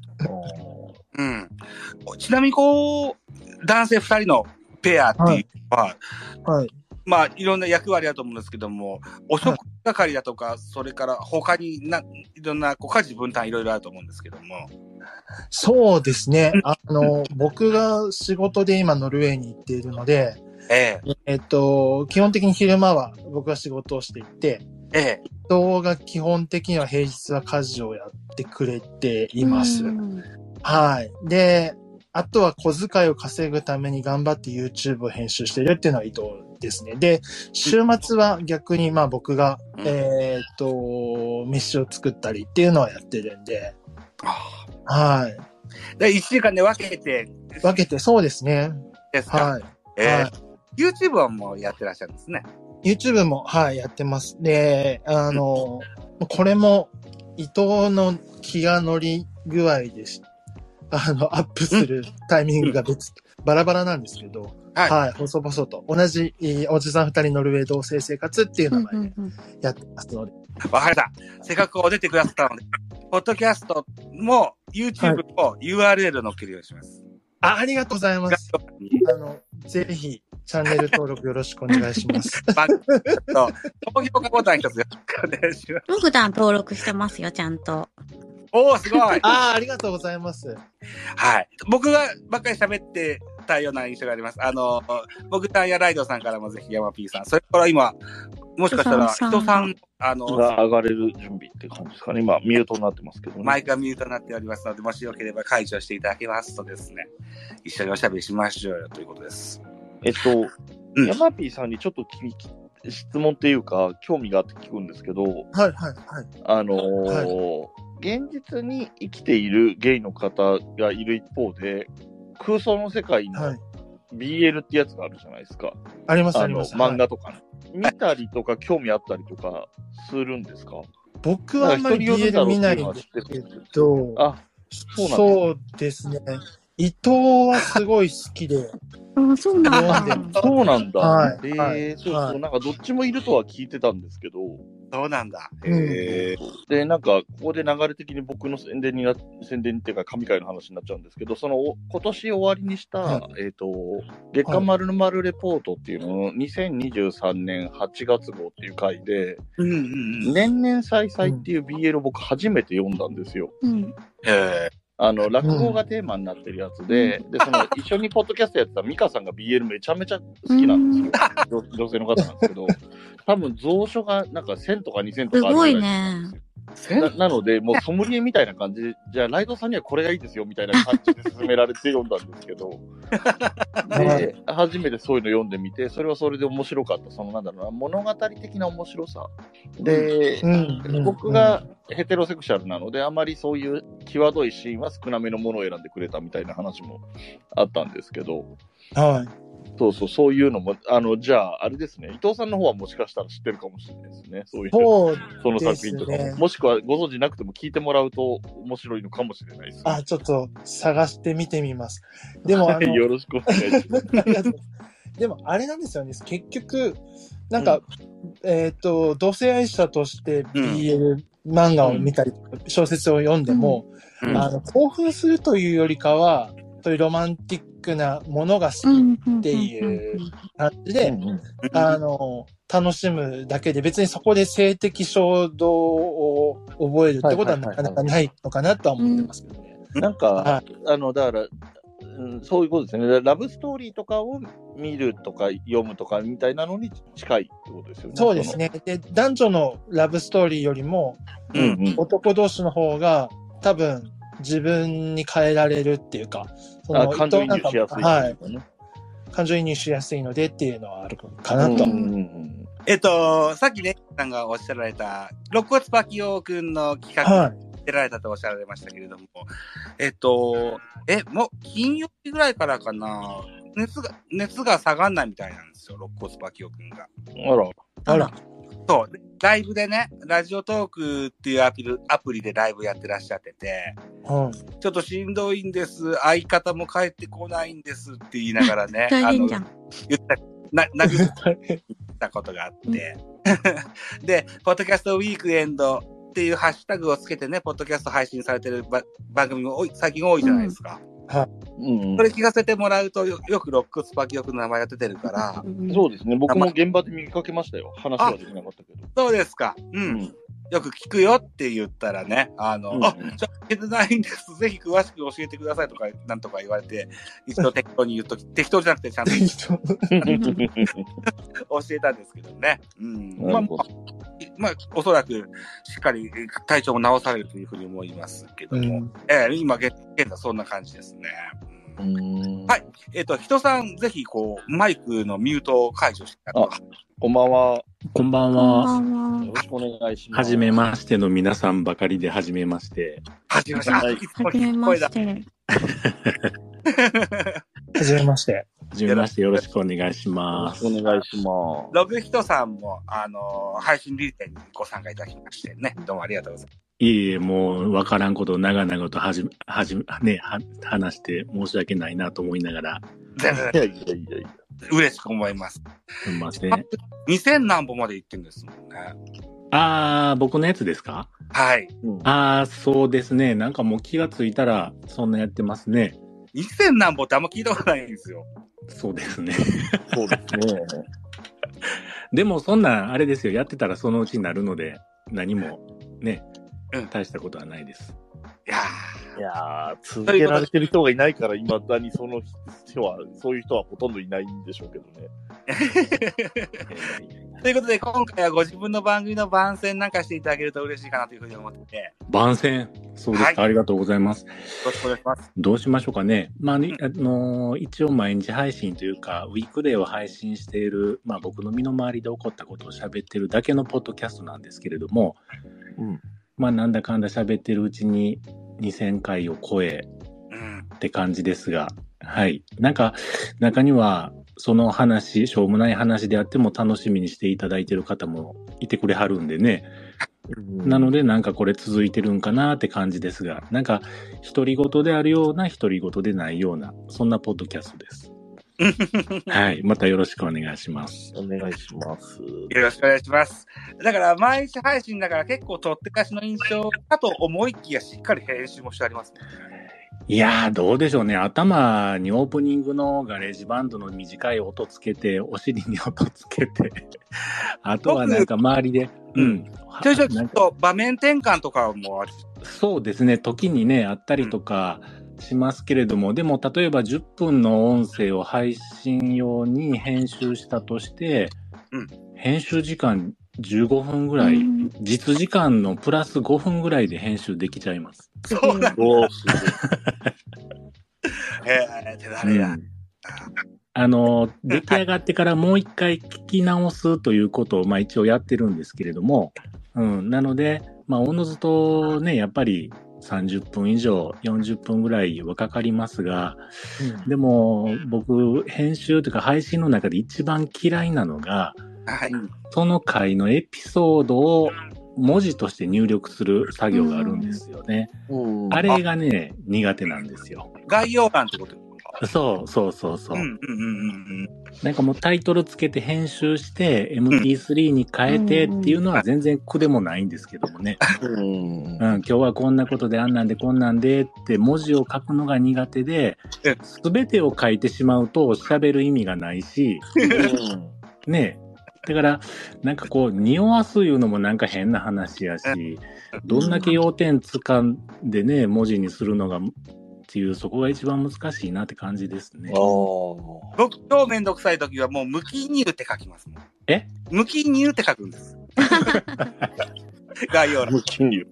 B: うん。ちなみにこう、男性二人のペアっていうのは、
D: はい。
B: まあ、いろんな役割だと思うんですけども、お食事係だとか、それから他にな、いろんなこう家事分担いろいろあると思うんですけども、
D: そうですね。あの、僕が仕事で今ノルウェーに行っているので、
B: え
D: えっと、基本的に昼間は僕が仕事をしていて、
B: え、ええ。
D: 人が基本的には平日は家事をやってくれています。
C: うん
D: はい。で、あとは小遣いを稼ぐために頑張って YouTube を編集してるっていうのは移動ですね。で、週末は逆にまあ僕が、
B: うん
D: えーっと、飯を作ったりっていうのはやってるんで、
B: あ
D: はい。
B: あで、1週間で分けて
D: 分けて、そうですね。
B: ですか、
D: はい。
B: ええ
D: は
B: YouTube はもうやってらっしゃるんですね。
D: YouTube も、はい、やってます。で、あの、これも、伊藤の気が乗り具合でし、あの、アップするタイミングが別、バラバラなんですけど、
B: はい
D: はい、細々と。同じ、えーおじさん二人ノルウェー同性生活っていう
C: う
D: 名
C: んう
D: 前で
C: んうん
D: やってますので、
B: わかりました。せっかくお出てくださったので、ポッドキャストも YouTube も URL 載っけるようにします。
D: あ、ありがとうございます。
B: 概要欄に
D: あの、ぜひ、チャンネル登録よろしくお願いし
B: <laughs>
D: ます。
B: 番組と高評価ボタン一つよろしくお願いします。
C: もう普段登録してますよ、ちゃんと。
B: おお、すごい。
D: ああ、ありがとうございます。
B: はい。僕がばっかり喋ってたような印象があります。あの、僕さんやライドさんからもぜひ、ヤマピーさん。それから今、もしかしたら、
C: 人さん
B: 人さん、あの、
A: が上がれる準備って感じですかね。今、ミュートになってますけどね。
B: マイクがミュートになっておりますので、もしよければ解除していただけますとですね、一緒におしゃべりしましょうよということです。
A: えっと、
B: うん
A: ヤマピーさんにちょっと聞き質問っていうか、興味があって聞くんですけど、
D: はい、はい、はい。
A: あのー現実に生きているゲイの方がいる一方で、空想の世界
D: は
A: の
D: い。
A: BL ってやつがあるじゃないですか。
D: あります、あ
A: あ
D: り
A: の
D: ます。
A: 漫
D: はい
A: 画とか、ね見たりとか興味あったりとかするんですか
D: 僕はあんまり BL 見ないんですけど、
A: あ、そうなんだ
D: そうですね。伊藤はすごい好きで、
C: うん、そうな
D: なんん
C: だ
D: だ。
A: そうなんだ。
D: はい
A: えー
D: はい
A: そうそう、
D: はい
A: なんかどっちもいるとは聞いてたんですけど、
B: そうなんだ。
D: うん
B: へえ
A: で、なんか、ここで流れ的に僕の宣伝にな、宣伝っていうか、神回の話になっちゃうんですけど、その、お今年終わりにした、
D: は
A: えっ、と、月刊まるまるレポートっていうのを、2023年8月号っていう回で、
B: うんうんうん。ね。
A: 年々再々っていう BL を僕初めて読んだんですよ。
C: うん。
B: へ
A: あの、落語がテーマになってるやつで、で、その、一緒にポッドキャストやってたミカさんが BL めちゃめちゃ好きなんですよ。女女性の方なんですけど、多分蔵書がなんか1000とか2000とかあるぐらいなんですよ。
B: すごいね
A: ななので、もうソムリエみたいな感じで、じゃあライドさんにはこれがいいですよみたいな感じで勧められて読んだんですけ
D: <laughs>
A: ど、で、初めてそういうの読んでみて、それはそれで面白かった、そのなんだろうな、物語的な面白さ。で、
D: うんうん
A: 僕がヘテロセクシャルなので、あまりそういう際どいシーンは少なめのものを選んでくれたみたいな話もあったんですけど、
D: はい。
A: そうそう、そういうのも、あの、じゃあ、あれですね、伊藤さんの方はもしかしたら知ってるかもしれないですね、そういう、
D: そう、
A: その作品とかも、
D: ですね
A: もしくはご存知なくても聞いてもらうと面白いのかもしれないです、
D: あ、ちょっと探してみてみます。でも、あ
A: <laughs>
D: の、
A: よろしくお願いします。
D: ありがとうございます <laughs> でもあれなんですよね。結局、なんか、えっ、と、同性愛者として BL 漫画を見たり、小説を読んでも、
B: え
A: うん
D: あの、興奮するというよりかは、そういうロマンティックなものが好
C: うん
D: き
C: うんうんうん、
D: っていう感じで、
A: うんうん
D: あの、楽しむだけで、別にそこで性的衝動を覚えるってことはなかなかないのかなとは思ってますけどね。
A: なんか、
D: は
A: あの、だから、うんそういうことですね。だからラブストーリーとかを見るとか読むとかみたいなのに近いってことですよね。
D: そうですね。で、男女のラブストーリーよりも、
A: その。うんうん。
D: 男同士の方が多分自分に変えられるっていうか、そ
A: あ感情移入しやすいってうか
D: はい。
A: ね。
D: 感情移入しやすいのでっていうのはあるかなと。
A: うんうんうん
B: えっと、さっきね、さんがおっしゃられた、肋骨パキオくんの企画
D: はい。
B: 出られたとおっしゃられましたけれども、えっと、え、もう金曜日ぐらいからかな、熱が、熱が下がんないみたいなんですよ、肋骨パキオくんが。
A: あら、
D: あら。
B: そう、でライブでね、ラジオトークっていうアピルアプリでライブやってらっしゃってて、
D: <laughs> うん。
B: ちょっとしんどいんです、相方も帰ってこないんですって言いながらね
C: <laughs> 大変じゃ
B: あ
C: ん
B: の。言った、な、殴っったことがあって、 <laughs> で、ポッドキャストウィークエンドっていうハッシュタグをつけてね、ポッドキャスト配信されてるば番組も多い最近多いじゃないですか。
A: うんうん
B: それ聞かせてもらうとよ、よくロックスパキオクの名前が出てるから、
C: うん
A: そうですね。僕も現場で見かけましたよ。話はできなかったけど。
B: そうですか。うん。
A: うん
B: よく聞くよって言ったらね、あの、
A: うん
B: あ、じゃあ聞けてないんです。ぜひ詳しく教えてくださいとか、なんとか言われて、一度適当に言っとき、 <laughs> 適当じゃなくてちゃんと
D: 適当
B: 教えたんですけどね。うん。ま
A: な
B: あ、
A: る
B: ま
A: ほ
B: あ、まあおそらく、しっかり体調も治されるというふうに思いますけども、
D: うん
B: ええ今現、現在そんな感じですね。
D: <laughs>
B: うん
A: は
B: はいい。えっ、と、人さん、ぜひ、こう、マイクのミュートを解除して、
A: あこんばんは。
E: こんばん
C: こんば
E: は。
C: んは
A: よろしくお願いしま
E: は
A: す。
E: じめましての皆さんばかりで、はじめまして。
B: 始めました。
A: はいい
B: つも
C: はじめ
B: 聞
C: ま
B: こえだ
C: し。て。
D: はじめまして。
E: はじめまして、よろしくお願いし
A: よろ
E: ま
A: し
E: す
A: く。お願いします。
B: <laughs> ログヒトさんも、あのー配信リレーにご参加いただきましてね、どうもありがとうございます。
E: いえいえ、もう、わからんことを長々とはじめ、はじめ、ね、は話して申し訳ないなと思いながら、
B: 全然
A: いやいやいやいや。
B: 嬉しく思います。
E: すみません。
B: 2000何本まで行ってるんですもんね。
E: あー、僕のやつですか
B: はい。
A: うん
E: あー、そうですね。なんかもう気がついたら、そんなやってますね。
B: 2000何本ってあんま聞いたことないんですよ。
E: そうですね。
A: そう <laughs> ですね。
E: でも、そんなん、あれですよ。やってたらそのうちになるので、何も、ね
B: うん、
E: 大したことはな
C: <laughs>
E: いです。
B: いや
A: いやー、続けられてる人がいないから、いまだにその人は、そういう人はほとんどいないんでしょうけどね。
B: <laughs> ーということで、今回はご自分の番組の番宣なんかしていただけると嬉しいかなというふうに思ってて、
E: 番宣。そうですか。ありがとうございます。
B: よろしくお願いします。
E: どうしましょうかね。まあ、にあのー一応毎日配信というか、ウィークデーを配信している、まあ僕の身の回りで起こったことを喋ってるだけのポッドキャストなんですけれども、
A: うん
E: まあなんだかんだ喋ってるうちに2000回を超え
B: うん。 <laughs>
E: って感じですが、はい。なんか、中には、その話、しょうもない話であっても楽しみにしていただいてる方もいてくれはるんでね。なので、なんかこれ続いてるんかなって感じですが、なんか、独り言であるような、独り言でないような、そんなポッドキャストです。はい。またよろしくお願いします。
A: お願いします。
B: よろしくお願いします。だから、毎日配信だから結構とってかしの印象かと思いきや、しっかり編集もしてありますもんね。
E: いやー、どうでしょうね。頭にオープニングのガレージバンドの短い音つけて、お尻に音つけて、あとはなんか周りで、うん。
B: ちょいちょいちょ
E: なん
B: っ
E: か
B: と場面転換とかもあるし
E: そうですね。時にね、あったりとかしますけれども、でも例えば10分の音声を配信用に編集したとして、
B: うん
E: 編集時間15分ぐらい、
C: うん
E: 実時間のプラス5分ぐらいで編集できちゃいます。
B: そうなん
A: おーすごい
B: えー、手だれ
E: う
B: や。
E: んあの、出来上がってからもう一回聞き直すということを、まあ一応やってるんですけれども、うん、なので、まあ、おのずとね、やっぱり30分以上、40分ぐらいはかかりますが、でも僕、編集というか配信の中で一番嫌いなのが、
B: はい。
E: その回のエピソードを文字として入力する作業があるんですよね。
A: うん
E: あれがね、苦手なんですよ。
B: 概要欄ってことですか
E: そうそうそうそうう。
B: んうんうんうん
E: なんかもうタイトルつけて編集して MP3 に変えてっていうのは全然苦でもないんですけどもね。
A: うん
E: うん、今日はこんなことであんなんでこんなんでって文字を書くのが苦手で
B: え、
E: すべてを書いてしまうと喋る意味がないし、ねえ。だから、なんかこう、匂わすいうのもなんか変な話やし、どんだけ要点つかんでね、文字にするのが、っていう、そこが一番難しいなって感じですね。
A: あ
B: 僕、超めんどくさい時はもう、無記入って書きますもん。
E: え
B: 無記入って書くんです。 <laughs> 概要
A: あ。
B: 欄。
A: 無記入。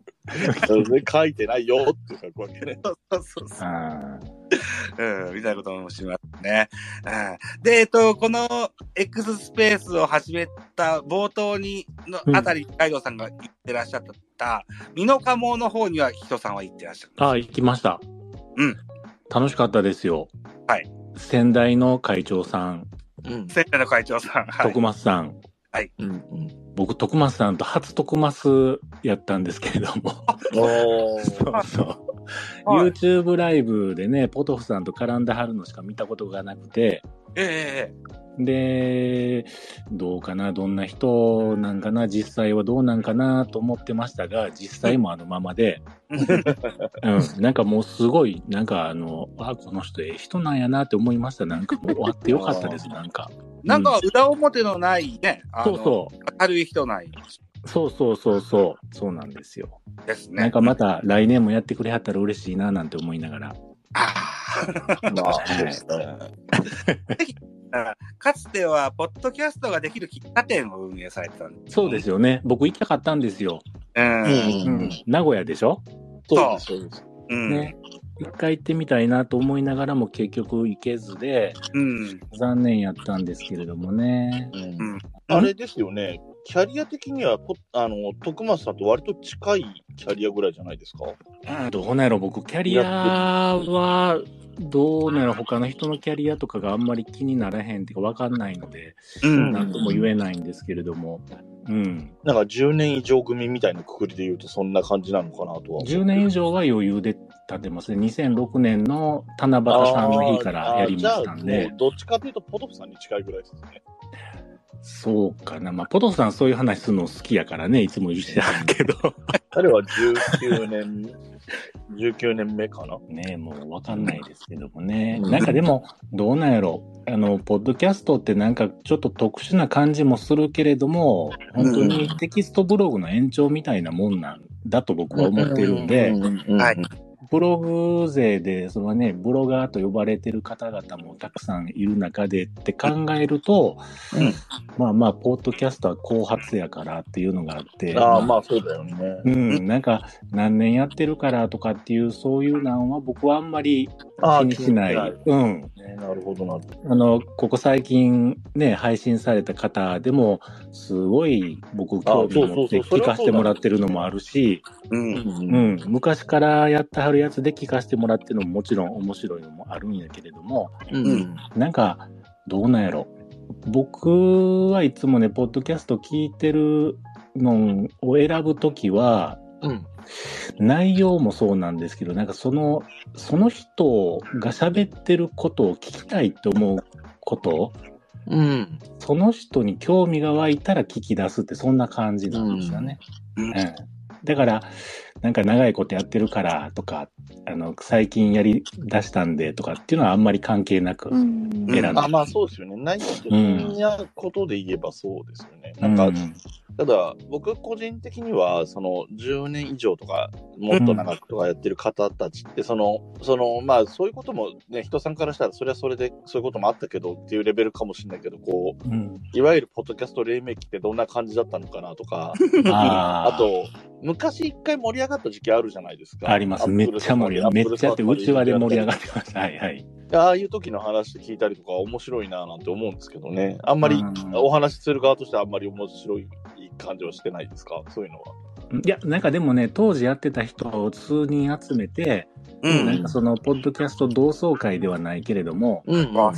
A: 全然書いてないよって書くわけね。
B: そうそうそうそう。
E: あ
B: うん、みたいなこともしますね。うん、で、えっと、この X スペースを始めた冒頭に、のあたり、ガイドさんが言ってらっしゃった、美濃加茂の方には人さんは行ってらっしゃるんです。
E: あ、行きました。
B: うん。
E: 楽しかったですよ。
B: はい。
E: 先代の会長さん、
A: うん。
B: 先生の会長さん。はい
E: 徳松さん。
A: うん。
E: 僕、徳松さんと初徳松やったんですけれど
B: <laughs>
E: も。
A: お
E: そうそう。
B: はい
E: YouTube ライブでね、ポトフさんと絡んではるのしか見たことがなくて、
B: ええええ
E: で、どうかな、どんな人なんかな、実際はどうなんかなと思ってましたが、実際もあのままで、うん、なんかもうすごい、なんかあの、あ、この人ええ人なんやなって思いました。なんかもう終わってよ
A: <laughs>
E: かったです、なんか。
B: なんか裏表のないね、あ
E: そ
B: の
E: うそ
B: 明るい人ない。
E: う、そうそうそうそう。そうなんですよ。
B: ですね。
E: なんかまた来年もやってくれはったら嬉しいななんて思いながら。
B: <laughs> あ
A: まあ、そうですね。
B: ーかつては、ポッドキャストができる喫茶店を運営されてたんです。
E: そうですよね。僕行きたかったんですよ。
B: うん。
A: うんうん
E: 名古屋でしょ
A: そうです、そうです。
B: うん。
E: ね。一回行ってみたいなと思いながらも結局行けずで、
B: うん。
E: 残念やったんですけれどもね。
A: うんあれですよね、キャリア的にはポあの、徳松さんと割と近いキャリアぐらいじゃないですか。
E: どうなんやろ僕、キャリアは、どうなんやろ他の人のキャリアとかがあんまり気にならへんっていうか分かんないので、
B: うん。
E: なんとも言えないんですけれども。うん。
A: なんか10年以上組みたいなくくりで言うと、そんな感じなのかなとは。
E: 10年以上は余裕で経てますね。2006年の七夕さんの日からやりましたん
A: あーじゃあ
E: で
A: もう。どっちかというと、ポトフさんに近いぐらいですね。
E: そうかな。まあ、ポトフさんそういう話するの好きやからね、いつも言ってはるけど。
A: 彼は19年、19年目かな。
E: ねもうわかんないですけどもね。なんかでも、どうなんやろ。あの、ポッドキャストってなんかちょっと特殊な感じもするけれども、本当にテキストブログの延長みたいなもんなんだと僕は思ってるんで、
B: はい。
E: ブログ勢で、そのね、ブロガーと呼ばれてる方々もたくさんいる中でって考えると、
B: うん
E: まあまあ、ポッドキャストは後発やからっていうのがあって、
A: ああ、まあそうだよね。
E: うん、なんか何年やってるからとかっていうそういうなんは僕はあんまり
A: あ
E: 気にしない。
A: ね
E: うん。
A: なるほどなるほど。
E: あの、ここ最近ね、配信された方でも、すごい僕興味を持って
A: あそうそうそう
E: 聞かせてもらってるのもあるし、
B: うん。
E: うん、昔からやってはるやつで聞かせてもらってるのももちろん面白いのもあるんやけれども、
A: うん。
E: なんか、どうなんやろ。僕はいつもね、ポッドキャスト聞いてるのを選ぶときは、
A: うん。
E: 内容もそうなんですけど、なんかその、その人が喋ってることを聞きたいと思うこと、
A: うん。
E: その人に興味が湧いたら聞き出すって、そんな感じなんですよね。
B: うん
E: うんだから、なんか長いことやってるからとか、あの、最近やり出したんでとかっていうのはあんまり関係なく。
C: うん。
E: 選んだ
A: あまあそうですよね。内容的なことで言えばそうですよね。なんか、
E: うん
A: ただ僕個人的にはその10年以上とかもっと長くとかやってる方たちってその、そのまあそういうこともね人さんからしたらそれはそれでそういうこともあったけどっていうレベルかもしれないけどこう
E: うん、
A: いわゆるポッドキャスト黎明期ってどんな感じだったのかなとか <laughs>
E: あ
A: あ
E: ー
A: と昔一回盛り上がった時期あるじゃないですか
E: あります。めっちゃ盛り上がめっちゃって、うちわで盛り上が
A: っ
E: ってま <laughs> した。はいはい。
A: たああいう時の話聞いたりとか面白いななんて思うんですけどねあん
E: あ
A: まりお話しする側としてはあんまり面白い感じはしてないですかそういうのは。
E: いや、なんかでもね、当時やってた人を数人集めて、
B: う
A: うん
E: なんかその、ポッドキャスト同窓会ではないけれども、
A: うん
B: あ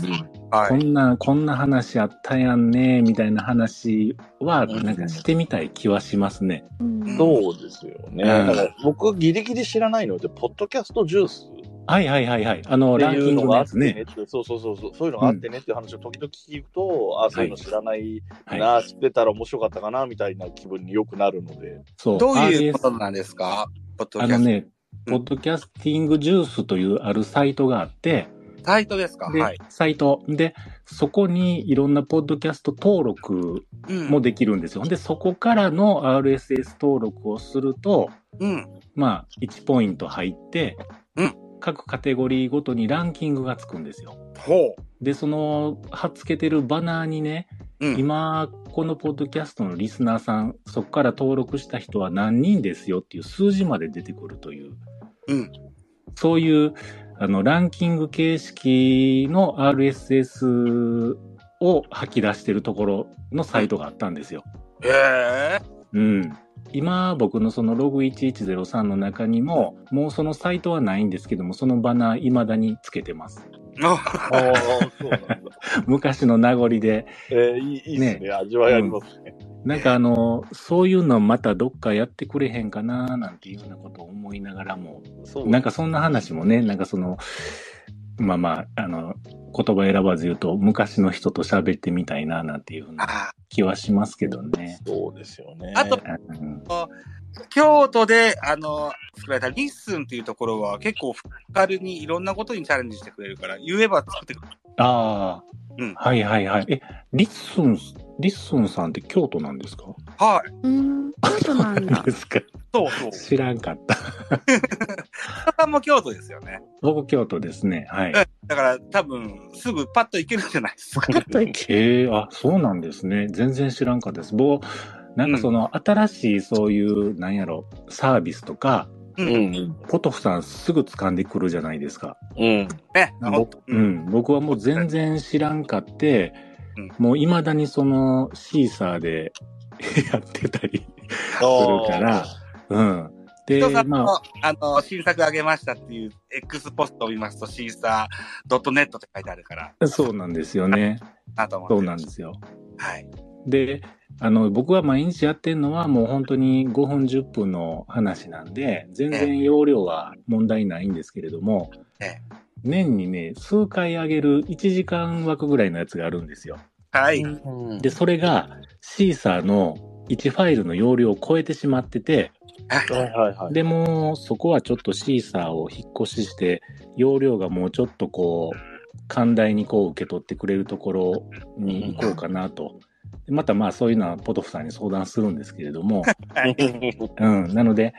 B: は
E: こ
B: い。
E: んな、こんな話あったやんね、みたいな話は、
A: うん
E: なんかしてみたい気はしますね。
C: うん
A: そうですよね。
E: うん
A: だから僕ギリギリ知らないので、ポッドキャストジュースっ
E: はいはいはいはい。あの、
A: て
E: ラン
A: い
E: キ
A: う
E: ング
A: の
E: の
A: があ
E: や
A: って
E: つ
A: ね
E: ね。
A: って、そうそうそうそう、そういうのがあってねっていう話を時々聞くと、あそういうの知らないな、
E: は
A: 知ってたら面白かったかなみたいな気分によくなるので。
E: そう。
B: どういうこと
E: RS
B: なんですかポッドキ
E: あ
B: ャスト。
E: のね、
B: うん
E: ポッドキャスティングジュースというあるサイトがあって、
B: タイトですか
E: で
B: はい。
E: サイト。で、そこにいろんなポッドキャスト登録
B: うん
E: もできるんですよ。で、そこからの RSS 登録をすると、
B: うん。
E: まあ、1ポイント入って、
B: うん
E: 各カテゴリーごとにランキングがつくんですよ。
B: ほ
E: で、その、貼っつけてるバナーにね、
B: う。うん。
E: 今、このポッドキャストのリスナーさん、そこから登録した人は何人ですよっていう数字まで出てくるという、
B: うん
E: そういう、あの、ランキング形式の RSS を吐き出してるところのサイトがあったんですよ。
B: へえ。
E: うん。今、僕のそのログ1103の中にも、もうそのサイトはないんですけども、そのバナー未だにつけてます。
B: あ
A: ああ、そうなんだ。
E: 昔の名残で。
A: えー、いいいいですね
E: ね
A: 味わいありますね。
E: なんかあの、そういうのまたどっかやってくれへんかな、なんていうようなことを思いながらも、
A: そう
E: なんかそんな話もね、なんかその、まあまあ、あの、言葉選ばず言うと、昔の人と喋ってみたいな、なんていうふうな
B: あ
E: 気はしますけどね。
A: そうですよね。
B: あと
E: うん
B: 京都で、あの、作られたリッスンっていうところは結構フッカルにいろんなことにチャレンジしてくれるから、言えば作ってくれる。
E: ああ、
B: うん
E: はいはいはい。え、リッスンリッスンさんって京都なんですか。
B: はい。
C: うーん、京都なんだ
E: <laughs> ですか
B: そうそう。
E: 知らんかった。
B: 田さんも京都ですよね。
E: 僕京都ですね。はい。
B: だから多分、すぐパッと行けるんじゃないですか。
C: パッといけ。
E: えー、あ、そうなんですね。全然知らんかったです。僕、なんかその、新しいそういう、なんやろ、サービスとか、
B: う。
A: うんん。
E: ポトフさんすぐ掴んでくるじゃないですか。
A: うん。
B: ね。あほん
E: 僕
B: と
E: う。ん、僕はもう全然知らんかって、
B: うん
E: もう未だにそのシーサーで <laughs> やってたり
A: する
E: するから、うん。で
B: 人さ、ん
E: ま
B: の、
E: あ、
B: あの、新作あげましたっていう X ポストを見ますと、シーサー .net って書いてあるから、
E: そうなんですよね。
B: なと思って。
E: そうなんですよ。
B: はい。
E: で、あの、僕は毎日やってるのはもう本当に5分10分の話なんで、全然容量は問題ないんですけれども
B: え、
E: 年にね、数回上げる1時間枠ぐらいのやつがあるんですよ。
B: はい。
A: うん。
E: で、それがシーサーの1ファイルの容量を超えてしまってて、
A: はいはいはい。
E: でもそこはちょっとシーサーを引っ越しして、容量がもうちょっとこう、寛大にこう受け取ってくれるところに行こうかなと。でまたまあそういうのはポトフさんに相談するんですけれども、うん。なので、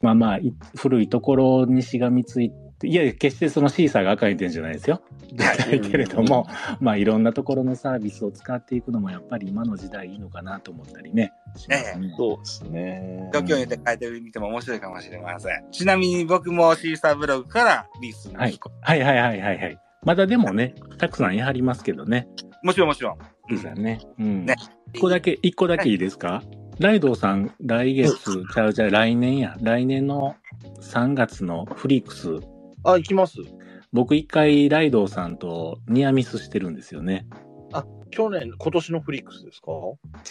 E: まあまあ、い古いところにしがみついて、いやいや、決してそのシーサーが赤い点じゃないですよ。ないけれども、まあいろんなところのサービスを使っていくのもやっぱり今の時代いいのかなと思ったりね。しますね
A: そうですね。
B: 状況によって変えてみても面白いかもしれません。ちなみに僕もシーサーブログからリースに
E: はい
B: 移行
E: はいはいはいはいはい。まだでもね、たくさんやはりますけどね。
B: もちろんもちろん。
E: いざね。うん。
B: ね
E: 一個だけ、一個だけいいですか、ライドウさん、来月、ちゃうちゃう、来年や。来年の3月のフリークス、
A: あ、行きます。
E: 僕一回ライドウさんとニアミスしてるんですよね。
A: 去年、今年のフリックスですか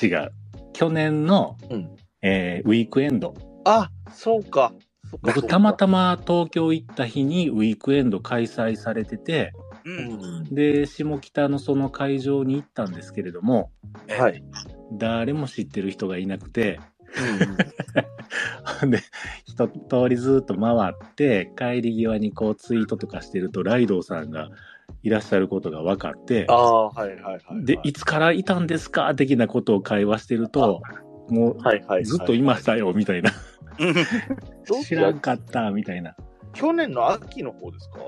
E: 違う。去年の、
A: うん
E: えーウィークエンド。
A: あ、そうか。そっか
E: 僕たまたま東京行った日にウィークエンド開催されてて、
B: う。。
A: うんん。
E: で、下北のその会場に行ったんですけれども、
A: はいい。
E: 誰も知ってる人がいなくて、 <laughs> で、一通りずっと回って、帰り際にこうツイートとかしてると、ライドウさんがいらっしゃることが分かって、
A: ああ、はいはいはいはい。
E: で、いつからいたんですか的なことを会話してると、もう、
A: はいはい。
E: ずっといましたよ、みたいな。
B: うん <laughs>
A: どう
E: 知らんかった、みたいな。
A: 去年の秋の方ですか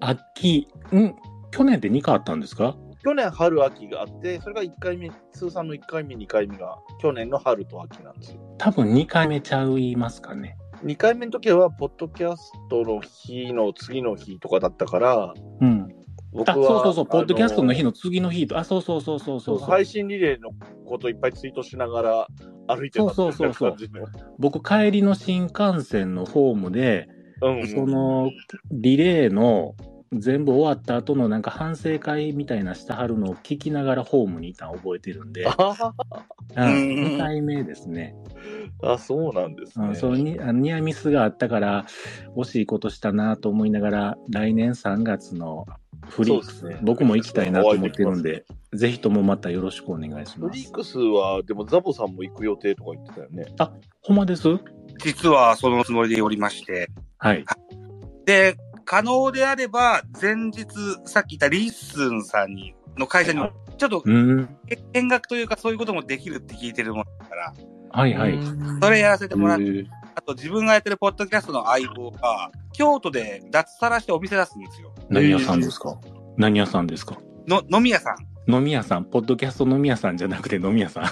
E: 秋、ん去年って2回あったんですか
A: 去年春秋があって、それが1回目、通算の1回目、2回目が去年の春と秋なんですよ。
E: 多分2回目ちゃいますかね。
A: 2回目の時は、ポッドキャストの日の次の日とかだったから、
E: うん。
A: 僕
E: あ、
A: は。
E: そうそうそう、ポッドキャストの日
A: の
E: の次の日と、あ、そうそうそうそうそうそう。
A: 配信リレーのこといっぱいツイートしながら歩いてたって
E: そうそうそうそう
A: 感じの
E: 僕、帰りの新幹線のホームで、
A: うんうん。
E: その、リレーの、全部終わった後のなんか反省会みたいなしてはるのを聞きながらホームにいたん覚えてるんで、
A: あはは
E: うん
B: うん
E: 2回目ですね。
A: あ、そうなんです
E: う
A: ね。
E: ん、そうにあのニアミスがあったから惜しいことしたなと思いながら来年3月のフリークス、
A: そうですね
E: 僕も行きたいなと思ってるんでぜひともまたよろしくお願いし
A: フ
E: ま
A: リッ
E: す。
A: クスは、でもザボさんも行く予定とか言ってたよね。
E: ほんまです
B: 実はそのつもりでおりまして。
E: はい。
B: で、可能であれば、前日、さっき言ったリッスンさんに、の会社にも、ちょっと
E: うん。
B: 見学というかそういうこともできるって聞いてるもんだから、
E: はいはい。
B: それやらせてもらっ
A: <laughs>
B: て、
A: へえ
B: あと自分がやってるポッドキャストの相棒が、京都で脱サラしてお店出すんですよ。
E: 何屋さんですか何屋さんですか
B: の、飲み屋さん。
E: 飲み屋さん、ポッドキャスト飲み屋さんじゃなくて飲み屋さん。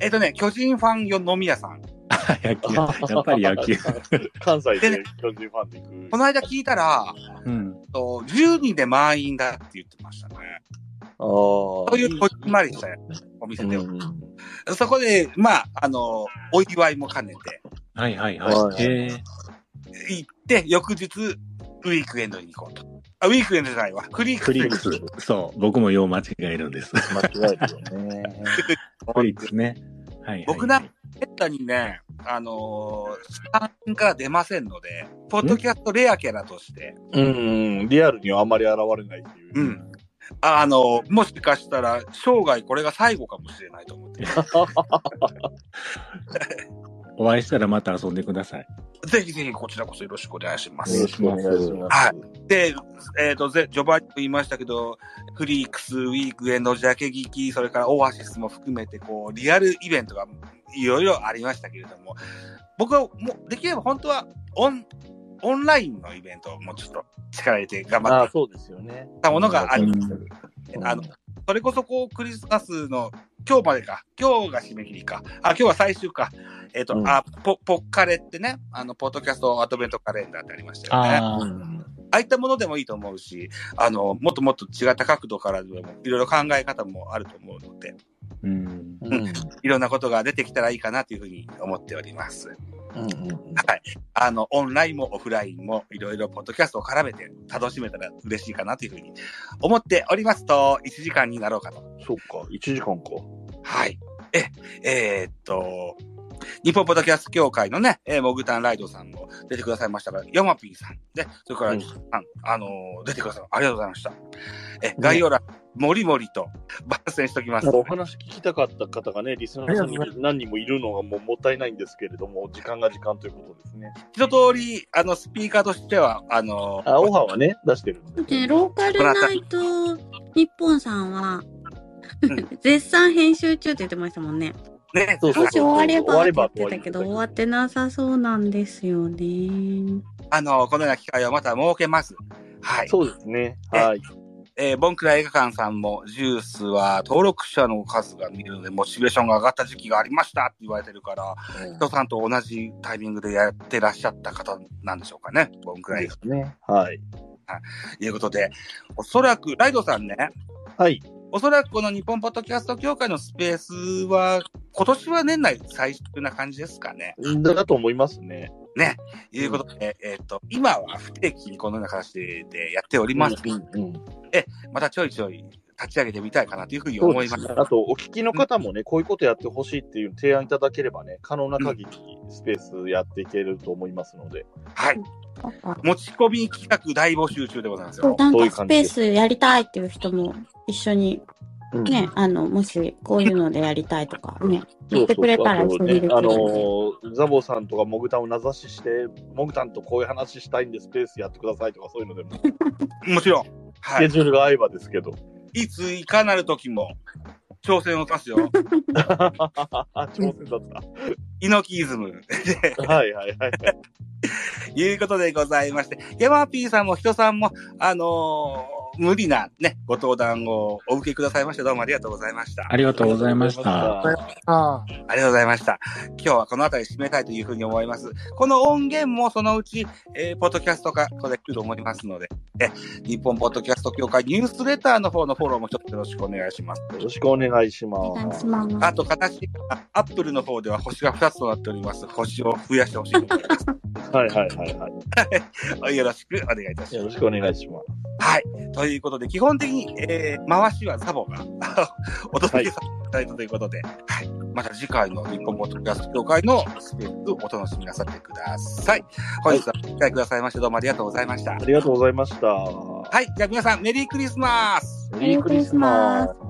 B: えっ、とね、巨人ファン用飲み屋さん。
E: 野球。やっぱり野球。
A: 関西
B: でね
A: で巨人ファンで行
B: こ
E: <laughs>
A: く。
B: の間聞いたら、
E: うん。
B: えっと10人で満員だって言ってましたね。
A: あ
B: そ
A: そ
B: ういうこじんまりしたお店で、
A: うん
B: そこで、まあ、あの、お祝いも兼ね
E: はいはい
A: は
E: は
A: い
E: い。へえ
B: て、行って、翌日、ウィークエンドに行こうと。あ、ウィークエンドじゃないわ。フリーク
E: フリークス。そう。僕もよう間違えるんです。フ
A: 間違えてるよね。
E: リークスね。はいはい。
B: 僕なめったにね、あのー、スタンから出ませんので、ポッドキャストレアキャラとして、
A: うんうん、リアルにはあまり現れないっていう。
B: うん。ああのー、もしかしたら、生涯これが最後かもしれないと思って。
E: お会いしたらまた遊んでください。
B: ぜひぜひこちらこそよろしくお願いします。
A: よろしくお願いします。
B: はいで、えっ、と、ぜ序盤にも言いましたけど、フリークス、ウィークエンド、ジャケ聞き、それからオアシスも含めて、こう、リアルイベントがいろいろありましたけれども、僕はもう、できれば本当は、オン、オンラインのイベントをもうちょっと力入れて頑張
A: あ
B: っ
A: あ、そうですよね。
B: たものがあります。
A: うん
B: あの、それこそこう、クリスマスの今日までか、今日が締め切りか、あ、今日は最終か、えっ、と、
A: うん
B: あ、ポ、ポッカレってね、あの、ポッドキャストアドベントカレンダーってありましたよね。
E: ああ、
B: ああいったものでもいいと思うし、あの、もっともっと違った角度からでも、いろいろ考え方もあると思うので、
E: うん。
A: うん。うん
B: いろんなことが出てきたらいいかなというふうに思っております。
A: うん
B: あの、オンラインもオフラインも、いろいろポッドキャストを絡めて楽しめたら嬉しいかなというふうに思っておりますと、1時間になろうかと。
A: そっか、1時間か。
B: はい。え、えーっと、日本ポッドキャスト協会のね、えーモグタンライドさんも出てくださいましたが、ヤマピーさんで、それから、
A: うん
B: ああのー出てください。ありがとうございました。え、概要欄、もりもりと番宣しときます。
A: お話聞きたかった方がね、リスナーさんに何人もいるのがもうもったいないんですけれども、時間が時間ということですね。
B: 一通り、あの、スピーカーとしては、あのー
A: あ、オファーはね、出してるので。
C: で、ローカルナイト日本さんは、絶賛編集中って言ってましたもんね。
B: ね、
A: そうそう
C: もし終わればって
A: 終われば
C: 言ってたけど、
A: 終
C: 終
A: わ
C: わ
A: り
C: ってなさそうなんですよね。
B: あのーこのような機会をまた設けます。はい。
A: そうですね。
B: え
A: はい。
B: えーボンクラ映画館さんも、ジュースは登録者の数が見るので、モチベーションが上がった時期がありましたって言われてるから、人さんと同じタイミングでやってらっしゃった方なんでしょうかね。ボンクラ映
A: で
B: 画
A: すね。はい。
B: ということで、おそらく、ライドさんね、
A: はい。
B: おそらくこの日本ポッドキャスト協会のスペースは、今年は年内最終な感じですかね。
A: だだと思いますね。
B: ね。いうことで、えっ、と、今は不定期にこのような形でやっております。
A: うんうん
B: またちょいちょい立ち上げてみたいかなというふうに
A: そう
B: 思
A: で
B: います
A: ね。あと、お聞きの方もね、こういうことやってほしいっていう提案いただければね、可能な限りスペースやっていけると思いますので。
B: はい。持ち込み企画大募集中でございますよ。
C: なん
A: そういう
C: か
A: 感じ
C: スペ
A: で
C: ー
A: す
C: スやりたいっていう人も一緒に
A: うん
C: ね、あの、もしこういうのでやりたいとかね、
A: そ
C: 言
A: う
C: って
A: そ
C: く
A: う
C: れたら
A: あ
C: 一
A: と
C: 緒
A: ね
C: にできる
A: あ
C: ん
A: の
C: で。
A: ーザボさんとかモグタンを名指しして、モグタンとこういう話したいんでスペースやってくださいとかそういうのでも、ス
B: もちろん。は
A: ケ
B: い。
A: ジュールが合えばですけ <laughs> ど。
B: いつ、いかなる時も、挑戦をしますよ。
A: 挑戦だっ
B: 猪木イズム。 <laughs>
A: た。はいはいはい。
B: いうことでございまして、山 P さんも人さんも、あのー無理なね、ご登壇をお受けくださいまして、どうもありがとうございました。
E: ありがとうございました。
A: ありがとうございまし
D: ああ、
B: ありがとうございました。今日はこの辺り締めたいというふうに思います。この音源もそのうち、えーポッドキャスト化、これ来ると思いますので、え、日本ポッドキャスト協会ニュースレターの方のフォローもちょっとよろしくお願いします。
A: たよろしくお願いしま
C: お願い
A: す
C: し。ます。
B: あと、形が、アップルの方では星が2つとなっております。星を増やしてほしいと思い
A: はいはいはいは
B: ます。よろしくお願いいた
A: い。
B: し
A: よ
B: ま
A: ろ
B: す。
A: しくお願いします。
B: はい。ということで、基本的に、えー回しはサボが <laughs> お届けさせていただいたということで、はい。また次回の日本ポッドキャスト協会のスペースをお楽しみなさってください。本日はお聞きくださいまして、どうもありがとうございました。
A: あ
B: は。
A: りがとうございました。はい
B: じゃあ皆さん、メリークリスマス
A: い
C: メリークリスマス。